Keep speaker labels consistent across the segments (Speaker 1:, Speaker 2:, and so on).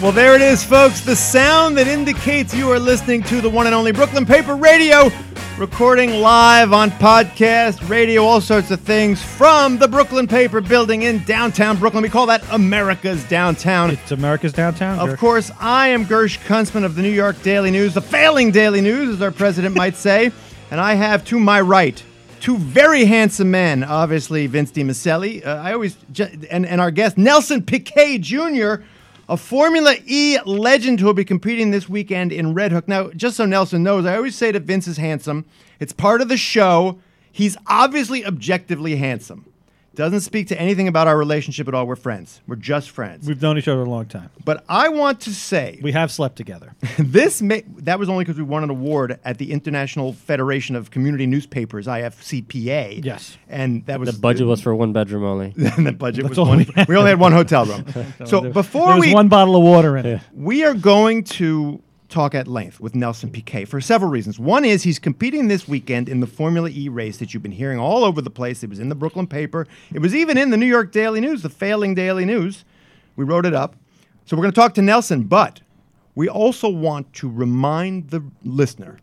Speaker 1: Well, there it is, folks. The sound that indicates you are listening to the one and only Brooklyn Paper Radio, recording live on podcast, radio, all sorts of things from the Brooklyn Paper building in downtown Brooklyn. We call that America's Downtown.
Speaker 2: It's America's downtown.
Speaker 1: Of course, I am Gersh Kunstman of the New York Daily News, the failing Daily News, as our president might say. And I have to my right two very handsome men, obviously Vince DiMaselli. Uh, I always ju- and and our guest Nelson Piquet Jr., a Formula E legend who will be competing this weekend in Red Hook. Now, just so Nelson knows, I always say that Vince is handsome. It's part of the show. He's obviously objectively handsome. Doesn't speak to anything about our relationship at all. We're friends. We're just friends.
Speaker 2: We've known each other a long time.
Speaker 1: but I want to say
Speaker 2: We have slept together.
Speaker 1: this may, that was only because we won an award at the International Federation of Community Newspapers IFCPA.
Speaker 2: Yes.
Speaker 1: and that was
Speaker 3: The budget was for one bedroom only.
Speaker 1: and the budget was
Speaker 2: all
Speaker 1: one.
Speaker 2: we had.
Speaker 1: We only had one hotel room. so
Speaker 2: there
Speaker 1: before
Speaker 2: was
Speaker 1: we
Speaker 2: one bottle of water in it.
Speaker 1: we are going to talk at length with Nelson Piquet for several reasons. One is he's competing this weekend in the Formula E race that you've been hearing all over the place. It was in the Brooklyn paper. It was even in the New York Daily News, the failing Daily News. We wrote it up. So we're going to talk to Nelson, but we also want to remind the listener,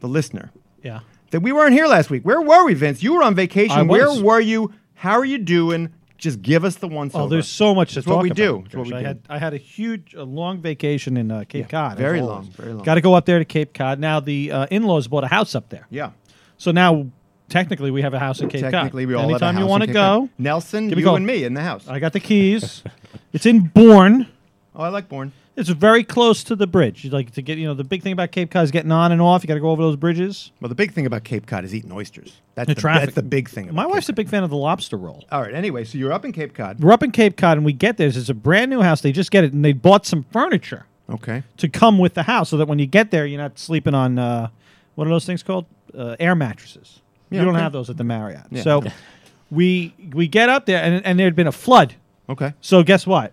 Speaker 1: the listener,
Speaker 2: Yeah.
Speaker 1: that we weren't here last week. Where were we, Vince? You were on vacation.
Speaker 2: I was.
Speaker 1: Where were you? How are you doing? Just give us the one.
Speaker 2: Oh, there's so much to
Speaker 1: It's
Speaker 2: talk
Speaker 1: what we
Speaker 2: about,
Speaker 1: do. It's
Speaker 2: Gersh.
Speaker 1: what we
Speaker 2: I
Speaker 1: do.
Speaker 2: had I had a huge, a long vacation in uh, Cape Cod. as
Speaker 1: very
Speaker 2: always.
Speaker 1: long, very long.
Speaker 2: Got to go up there to Cape Cod. Now the uh, in-laws bought a house up there.
Speaker 1: yeah.
Speaker 2: So now technically we have a house in Cape Cod.
Speaker 1: Technically, we all
Speaker 2: Anytime
Speaker 1: have a
Speaker 2: you
Speaker 1: house
Speaker 2: want to
Speaker 1: in Cape Cod.
Speaker 2: go,
Speaker 1: Nelson,
Speaker 2: Give me a
Speaker 1: you
Speaker 2: call.
Speaker 1: and me in the house.
Speaker 2: I got the keys. it's in Bourne.
Speaker 1: oh, I like Bourne.
Speaker 2: It's very close to the bridge. You like to get, you know, the big thing about Cape Cod is getting on and off. You got to go over those bridges.
Speaker 1: Well, the big thing about Cape Cod is eating oysters. That's
Speaker 2: The
Speaker 1: the,
Speaker 2: traffic.
Speaker 1: That's the big thing. About
Speaker 2: My wife's a
Speaker 1: Cape
Speaker 2: big fan of the lobster roll.
Speaker 1: Cod. All right. Anyway, so you're up in Cape Cod.
Speaker 2: We're up in Cape Cod and we get there. It's a brand new house. They just get it and they bought some furniture
Speaker 1: Okay.
Speaker 2: to come with the house so that when you get there, you're not sleeping on uh, what are those things called? Uh, air mattresses.
Speaker 1: Yeah,
Speaker 2: you don't
Speaker 1: okay.
Speaker 2: have those at the Marriott.
Speaker 1: Yeah.
Speaker 2: So we we get up there and, and there had been a flood.
Speaker 1: Okay.
Speaker 2: So guess what?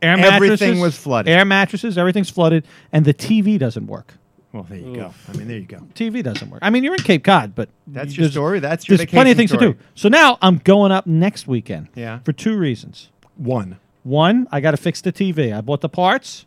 Speaker 2: Air
Speaker 1: Everything was flooded.
Speaker 2: Air mattresses, everything's flooded, and the TV doesn't work.
Speaker 1: Well, there you go. I mean, there you go.
Speaker 2: TV doesn't work. I mean, you're in Cape Cod, but
Speaker 1: That's your
Speaker 2: there's-
Speaker 1: story? That's your
Speaker 2: there's plenty of
Speaker 1: vacation
Speaker 2: things to do.
Speaker 1: story?
Speaker 2: So now I'm going up next weekend.
Speaker 1: Yeah.
Speaker 2: For two reasons.
Speaker 1: One.
Speaker 2: One, I got to fix the TV. I bought the parts.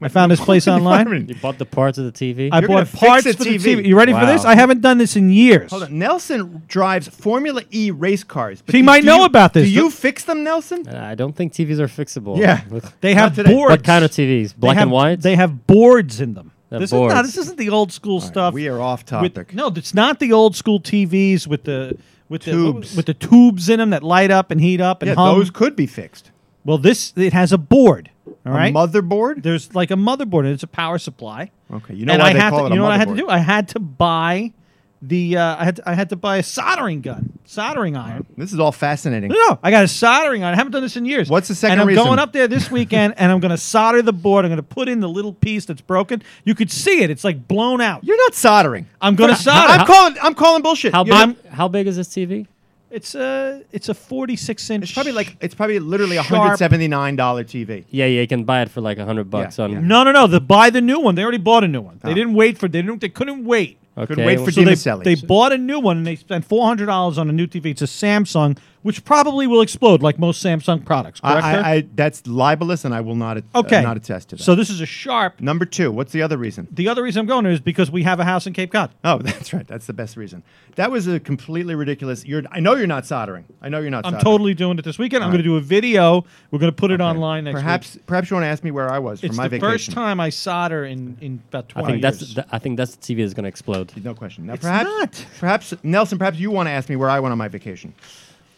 Speaker 2: I found this place online.
Speaker 3: You bought the parts of the TV.
Speaker 2: I
Speaker 1: You're gonna
Speaker 2: bought
Speaker 1: fix
Speaker 2: parts
Speaker 1: the
Speaker 2: for
Speaker 1: TV.
Speaker 2: the TV. You ready for this?
Speaker 3: Wow.
Speaker 2: I haven't done this in years.
Speaker 1: Hold on. Nelson drives Formula E race cars. but
Speaker 2: He
Speaker 1: do-
Speaker 2: might
Speaker 1: do
Speaker 2: know
Speaker 1: you-
Speaker 2: about this.
Speaker 1: Do you fix them, Nelson?
Speaker 3: I don't think TVs are fixable.
Speaker 1: Yeah.
Speaker 3: With-
Speaker 2: They have
Speaker 1: today.
Speaker 2: boards.
Speaker 3: what kind of TVs? Black
Speaker 2: they have,
Speaker 3: and white.
Speaker 2: They have boards in them.
Speaker 3: They're
Speaker 2: This is not.
Speaker 3: boards.
Speaker 2: This isn't the old school stuff.
Speaker 1: We are off
Speaker 2: with-
Speaker 1: topic.
Speaker 2: no, it's not the old school TVs with the with
Speaker 1: Tubes.
Speaker 2: the with the tubes in them that light up and heat up and
Speaker 1: Yeah,
Speaker 2: hum.
Speaker 1: those could be fixed.
Speaker 2: well, this it has a board. All right.
Speaker 1: A motherboard.
Speaker 2: There's like a motherboard and it's a power supply.
Speaker 1: Okay, you know
Speaker 2: and
Speaker 1: why
Speaker 2: I
Speaker 1: they
Speaker 2: have
Speaker 1: call
Speaker 2: to,
Speaker 1: it a
Speaker 2: you know what I had to
Speaker 1: motherboard.
Speaker 2: do? I had to buy the uh, I had to, I had to buy a soldering gun, soldering iron.
Speaker 1: This is all fascinating.
Speaker 2: No, no, I got a soldering iron. I haven't done this in years.
Speaker 1: What's the second
Speaker 2: And I'm
Speaker 1: reason?
Speaker 2: going up there this weekend, and I'm going to solder the board. I'm going to put in the little piece that's broken. You could see it. It's like blown out.
Speaker 1: You're not soldering.
Speaker 2: I'm going to solder.
Speaker 1: I'm calling. I'm calling bullshit.
Speaker 3: how
Speaker 1: You're not-
Speaker 3: big? How big is this TV?
Speaker 2: It's a it's a 46 inch.
Speaker 1: It's probably like it's probably literally a
Speaker 2: Sharp.
Speaker 1: hundred seventy nine dollar TV.
Speaker 3: Yeah, yeah, you can buy it for like a hundred bucks
Speaker 1: Yeah,
Speaker 3: on.
Speaker 1: yeah.
Speaker 2: no, no, no. The buy the new one. They already bought a new one.
Speaker 1: Oh.
Speaker 2: They didn't wait for. They didn't. They couldn't wait.
Speaker 3: Okay.
Speaker 1: Couldn't wait for
Speaker 3: well,
Speaker 1: TV.
Speaker 2: they,
Speaker 1: Selling.
Speaker 2: they bought a new one and they spent four hundred dollars on a new TV. It's a Samsung, which probably will explode like most Samsung products.
Speaker 1: I,
Speaker 2: Correct? sir?
Speaker 1: I, I that's libelous, and I will not okay.
Speaker 2: okay,
Speaker 1: not attest to that.
Speaker 2: So this is a sharp.
Speaker 1: number two, what's the other reason?
Speaker 2: The other reason I'm going is because we have a house in Cape Cod.
Speaker 1: Oh, that's right. That's the best reason. That was a completely ridiculous. You're. I know you're not soldering. I know you're not.
Speaker 2: I'm
Speaker 1: soldering.
Speaker 2: totally doing it this weekend. I'm going to do a video. We're going to put it online next
Speaker 1: Perhaps
Speaker 2: week.
Speaker 1: perhaps you want to ask me where I was for
Speaker 2: It's
Speaker 1: my
Speaker 2: the
Speaker 1: vacation.
Speaker 2: first time I solder in, in about 20
Speaker 3: I think
Speaker 2: years.
Speaker 3: that's. Th- I think that's the TV that's gonna explode.
Speaker 1: No question. Now,
Speaker 2: It's
Speaker 1: perhaps,
Speaker 2: not.
Speaker 1: Perhaps Nelson. Perhaps you want to ask me where I went on my vacation.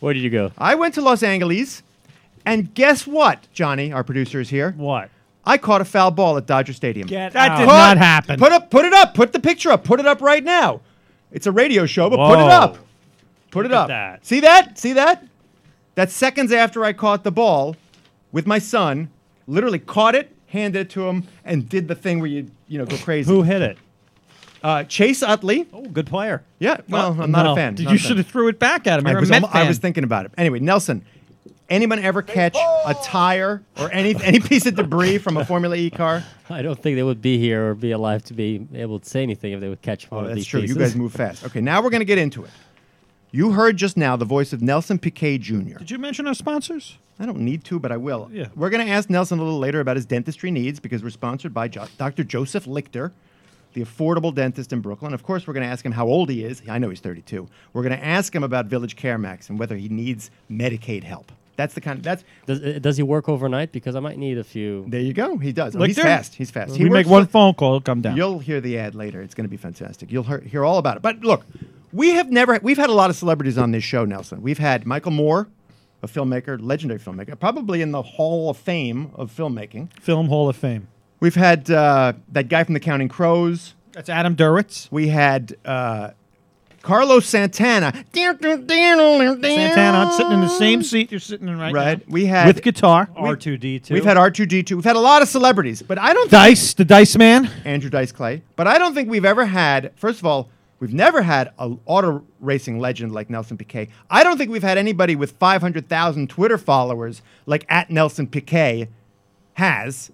Speaker 3: Where did you go?
Speaker 1: I went to Los Angeles, and guess what, Johnny, our producer is here.
Speaker 2: what?
Speaker 1: I caught a foul ball at Dodger Stadium.
Speaker 2: Get
Speaker 1: that
Speaker 2: out.
Speaker 1: did
Speaker 2: Put-
Speaker 1: not happen.
Speaker 2: happen.
Speaker 1: Put up, put it up, put the picture up, put it up right now. It's a radio show, but put
Speaker 2: Whoa.
Speaker 1: it up, put it
Speaker 2: at
Speaker 1: up.
Speaker 2: that.
Speaker 1: See that? See that? That's seconds after I caught the ball with my son. Literally caught it, handed it to him, and did the thing where you you know go crazy.
Speaker 4: Who hit it?
Speaker 1: Uh, Chase Utley.
Speaker 4: Oh, good player.
Speaker 1: Yeah. Well, I'm not
Speaker 2: No.
Speaker 1: a fan.
Speaker 2: Dude,
Speaker 1: Not
Speaker 2: You
Speaker 1: a fan.
Speaker 2: should have threw it back at him.
Speaker 1: I
Speaker 2: You're a
Speaker 1: was,
Speaker 2: Met
Speaker 1: almo- I
Speaker 2: fan.
Speaker 1: was thinking about it. Anyway, Nelson, anyone ever catch a tire or any any piece of debris from a Formula E car?
Speaker 3: I don't think they would be here or be alive to be able to say anything if they would catch one
Speaker 1: Oh,
Speaker 3: of
Speaker 1: that's
Speaker 3: these
Speaker 1: true. You
Speaker 3: pieces.
Speaker 1: guys move fast. Okay, now we're going to get into it. You heard just now the voice of Nelson Piquet Jr.
Speaker 2: Did you mention our sponsors?
Speaker 1: I don't need to, but I will.
Speaker 2: Yeah.
Speaker 1: We're going to ask Nelson a little later about his dentistry needs because we're sponsored by jo- Dr. Joseph Lichter, the affordable dentist in Brooklyn. Of course, we're going to ask him how old he is. I know he's 32. We're going to ask him about Village Care Max and whether he needs Medicaid help. That's the kind of, that's,
Speaker 3: Does, uh, does he work overnight? Because I might need a few.
Speaker 1: there you go. He does. Oh, he's
Speaker 2: Lichter?
Speaker 1: fast. He's fast. He
Speaker 2: we make
Speaker 1: works
Speaker 2: one
Speaker 1: for-
Speaker 2: phone call, he'll come down.
Speaker 1: You'll hear the ad later. It's going to be fantastic. You'll hear, hear all about it. But look, we have never we've had a lot of celebrities on this show, Nelson. We've had Michael Moore, a filmmaker, legendary filmmaker, probably in the Hall of Fame of filmmaking.
Speaker 2: Film Hall of Fame.
Speaker 1: We've had uh, that guy from The Counting Crows.
Speaker 2: That's Adam Duritz.
Speaker 1: We had uh, Carlos Santana.
Speaker 2: Santana, I'm
Speaker 1: Santana
Speaker 2: sitting in the same seat you're sitting in right,
Speaker 1: Right.
Speaker 2: now.
Speaker 1: We had-
Speaker 2: with guitar.
Speaker 3: R2D2.
Speaker 1: We've had R2D2. We've had a lot of celebrities, but I don't think
Speaker 2: Dice, the Dice Man.
Speaker 1: Andrew Dice Clay. But I don't think we've ever had, first of all, we've never had an auto racing legend like Nelson Piquet. I don't think we've had anybody with 500,000 Twitter followers like at Nelson Piquet has.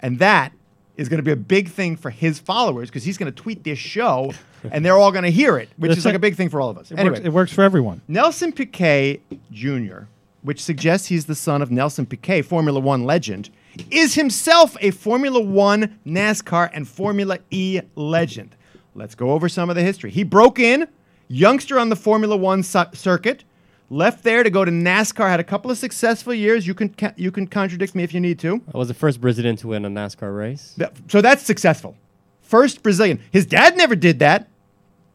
Speaker 1: And that is going to be a big thing for his followers because he's going to tweet this show and they're all going to hear it, which
Speaker 2: That's
Speaker 1: is like
Speaker 2: it.
Speaker 1: a big thing for all of us.
Speaker 2: It,
Speaker 1: anyway,
Speaker 2: works, it works for everyone.
Speaker 1: Nelson Piquet Jr., which suggests he's the son of Nelson Piquet, Formula One legend, is himself a Formula One, NASCAR, and Formula E legend. Let's go over some of the history. He broke in, youngster on the Formula One ci- circuit, left there to go to NASCAR, had a couple of successful years. You can, ca- you can contradict me if you need to.
Speaker 3: I was the first Brazilian to win a NASCAR race.
Speaker 1: Th- So that's successful. First Brazilian. His dad never did that.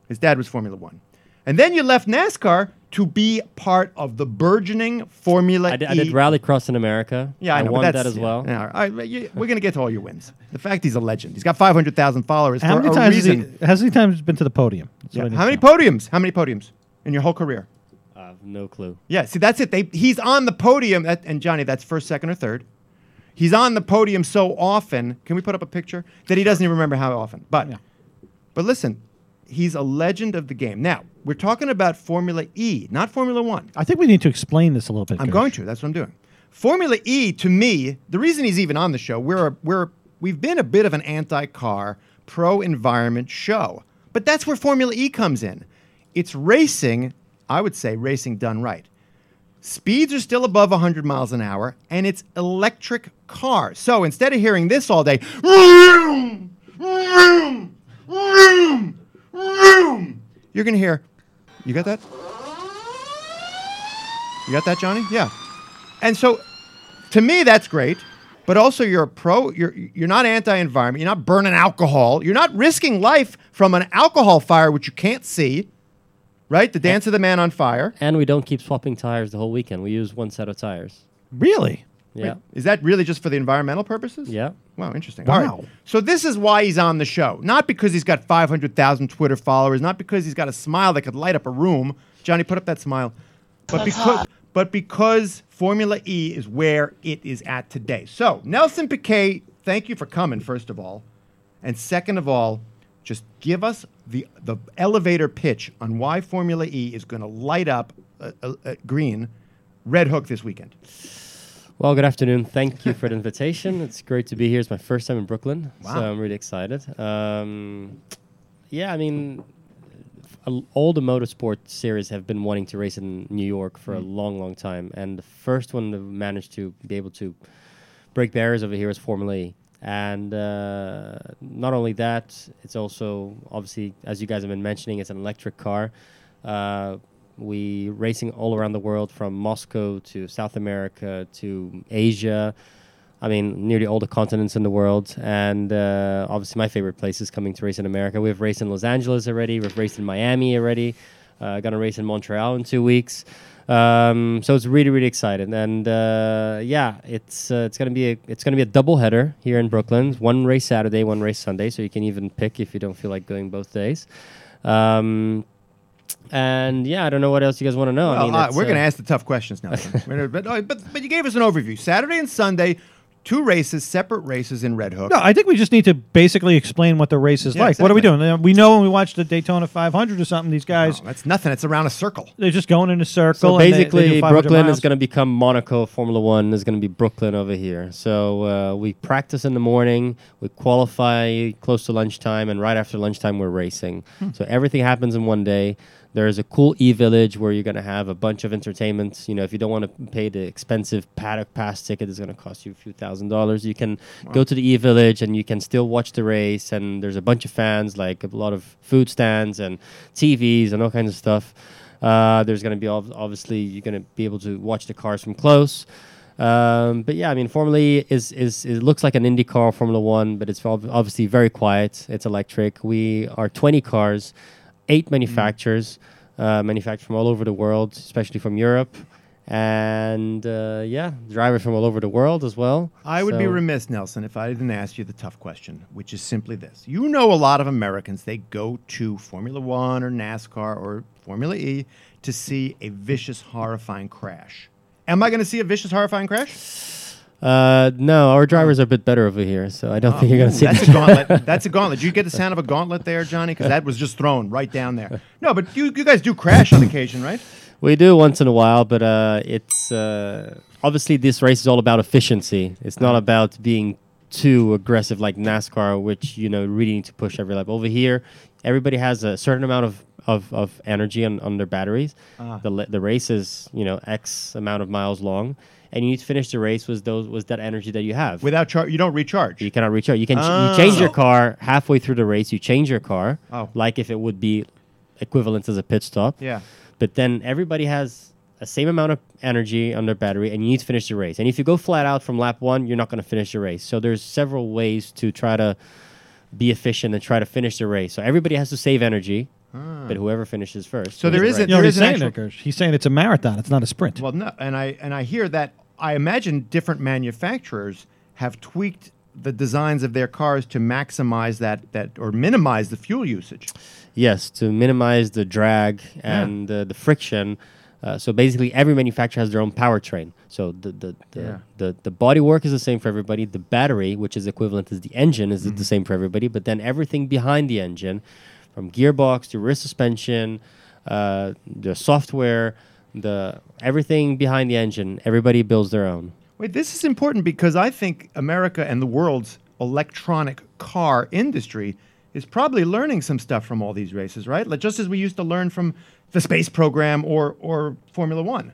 Speaker 1: His dad was Formula One. And then you left NASCAR to be part of the burgeoning Formula
Speaker 3: I did,
Speaker 1: E.
Speaker 3: I did rallycross in America.
Speaker 1: Yeah, I, know, but
Speaker 3: won
Speaker 1: that's-
Speaker 3: that as
Speaker 1: yeah,
Speaker 3: well.
Speaker 1: yeah, all right, but you- we're going to get to all your wins. The fact he's a legend. He's got 500,000 followers for
Speaker 2: How many
Speaker 1: a
Speaker 2: times has he,
Speaker 1: reason.
Speaker 2: how many times has he been to the podium? That's
Speaker 1: Yeah,
Speaker 2: what I need
Speaker 1: How
Speaker 2: to
Speaker 1: many
Speaker 2: know.
Speaker 1: podiums? How many podiums in your whole career?
Speaker 3: I have no clue.
Speaker 1: Yeah, see, that's it. They, he's on the podium, at, and Johnny, that's first, second, or third. He's on the podium so often. Can we put up a picture that he doesn't even remember how often? But,
Speaker 2: Yeah.
Speaker 1: but listen, he's a legend of the game. Now we're talking about Formula E, not Formula One.
Speaker 2: I think we need to explain this a little bit.
Speaker 1: I'm
Speaker 2: Gersh.
Speaker 1: going to. That's what I'm doing. Formula E to me, the reason he's even on the show, we're a, we're we've been a bit of an anti-car, pro-environment show. But that's where Formula E comes in. It's racing, I would say racing done right. Speeds are still above 100 miles an hour and it's electric cars. So instead of hearing this all day, vroom, vroom, vroom, vroom, you're going to hear You got that? You got that, Johnny? Yeah. And so, to me, that's great. But also, you're a pro. You're you're not anti-environment. You're not burning alcohol. You're not risking life from an alcohol fire, which you can't see. Right? The dance of the man on fire.
Speaker 3: And we don't keep swapping tires the whole weekend. We use one set of tires.
Speaker 2: Really?
Speaker 3: Yeah.
Speaker 1: Is that really just for the environmental purposes?
Speaker 3: Yeah.
Speaker 1: Wow, interesting. All
Speaker 2: Wow.
Speaker 1: right. So this is why he's on the show. Not because he's got 500,000 Twitter followers, not because he's got a smile that could light up a room. Johnny, put up that smile. But because but because Formula E is where it is at today. So, Nelson Piquet, thank you for coming first of all. And second of all, just give us the the elevator pitch on why Formula E is going to light up uh, uh, uh, green Red Hook this weekend.
Speaker 3: Well, good afternoon. Thank you for the invitation. It's great to be here. It's my first time in Brooklyn, so I'm really excited. Um, yeah, I mean, a- all the motorsport series have been wanting to race in New York for a long, long time, and the first one that managed to be able to break barriers over here is Formula E. And uh, not only that, it's also obviously, as you guys have been mentioning, it's an electric car. Uh, we racing all around the world, from Moscow to South America to Asia. I mean, nearly all the continents in the world, and uh, obviously my favorite place is coming to race in America. We've raced in Los Angeles already. We've raced in Miami already. Uh, gonna race in Montreal in two weeks. Um, so it's really, really exciting, and uh, yeah, it's uh, it's gonna be a it's gonna be a double header here in Brooklyn. One race Saturday, one race Sunday. So you can even pick if you don't feel like going both days. Um, and yeah, I don't know what else you guys want to know. I
Speaker 1: Well,
Speaker 3: mean,
Speaker 1: uh,
Speaker 3: it's,
Speaker 1: we're
Speaker 3: uh,
Speaker 1: going to ask the tough questions now. We're- but, oh, but, but you gave us an overview. Saturday and Sunday, two races, separate races in Red Hook.
Speaker 2: No, I think we just need to basically explain what the race is
Speaker 1: Yeah,
Speaker 2: like. What are we
Speaker 1: exactly.
Speaker 2: doing? Uh, We know when we watch the Daytona 500 or something, these guys
Speaker 1: No, Oh, that's nothing. It's around a circle.
Speaker 2: they're just going in a circle.
Speaker 3: So
Speaker 2: and they- they
Speaker 3: basically,
Speaker 2: do 500
Speaker 3: Brooklyn
Speaker 2: miles.
Speaker 3: is going to become Monaco. Formula One is going to be Brooklyn over here. So uh, we practice in the morning, we
Speaker 2: Hmm.
Speaker 3: qualify close to lunchtime, and right after lunchtime, we're racing. So everything happens in one day. There's a cool e-village where you're gonna have a bunch of entertainments. You know, if you don't want to pay the expensive paddock pass ticket, it's gonna cost you a few thousand dollars. You can go to the e-village and you can still watch the race. And there's a bunch of fans, like a lot of food stands and TVs and all kinds of stuff. Uh, there's gonna be ob- obviously you're gonna be able to watch the cars from close. Um, but yeah, I mean, Formula E is, is it looks like an Indy car Formula One, but it's ob- obviously very quiet. It's electric. We are 20 cars,
Speaker 1: Mm.
Speaker 3: eight manufacturers, uh, manufactured from all over the world, especially from Europe, and uh, yeah, drivers from all over the world as well.
Speaker 1: I would be
Speaker 3: So-
Speaker 1: remiss, Nelson, if I didn't ask you the tough question, which is simply this. You know, a lot of Americans, they go to Formula One or NASCAR or Formula E to see a vicious, horrifying crash. Am I going to see a vicious, horrifying crash?
Speaker 3: Uh, no, our drivers are a bit better over here, so I don't think you're gonna see.
Speaker 1: Oh. That's a gauntlet. That's a gauntlet. Did you get the sound of a gauntlet there, Johnny? Because that was just thrown right down there. No, but you, you guys do crash on occasion, right?
Speaker 3: We do once in a while, but uh, it's uh, obviously this race is all about efficiency. It's not about being too aggressive like NASCAR, which you know really need to push every lap. Over here, everybody has a certain amount of of, of energy on, on their batteries. The le- the race is you know X amount of miles long, and you need to finish the race with those with that energy that you have.
Speaker 1: Without char- you don't recharge.
Speaker 3: You cannot reach out. You can ch-
Speaker 1: Ah.
Speaker 3: you change your car halfway through the race. You change your car,
Speaker 1: Oh.
Speaker 3: like if it would be equivalent as a pit stop.
Speaker 1: Yeah.
Speaker 3: But then everybody has a same amount of energy on their battery, and you need to finish the race. And if you go flat out from lap one, you're not going to finish the race. So there's several ways to try to be efficient and try to finish the race. So everybody has to save energy, but whoever finishes first.
Speaker 1: Ah. So there
Speaker 3: wins the
Speaker 1: is
Speaker 3: race.
Speaker 1: a-
Speaker 2: You know
Speaker 1: There
Speaker 2: what he's
Speaker 1: is an
Speaker 2: saying
Speaker 1: actual-
Speaker 2: there, Gersh? He's saying it's a marathon. It's not a sprint.
Speaker 1: Well, no, and I and I hear that I imagine different manufacturers have tweaked the designs of their cars to maximize that that or minimize the fuel usage.
Speaker 3: Yes, to minimize the drag and uh, the friction. Uh, so basically, every manufacturer has their own powertrain. So the the the,
Speaker 1: Yeah.
Speaker 3: the the body work is the same for everybody. The battery, which is equivalent as the engine, is the same for everybody. But then everything behind the engine, from gearbox to rear suspension, uh, the software, the everything behind the engine, everybody builds their own.
Speaker 1: Wait, this is important because I think America and the world's electronic car industry is probably learning some stuff from all these races, right? Like just as we used to learn from the space program or or Formula 1.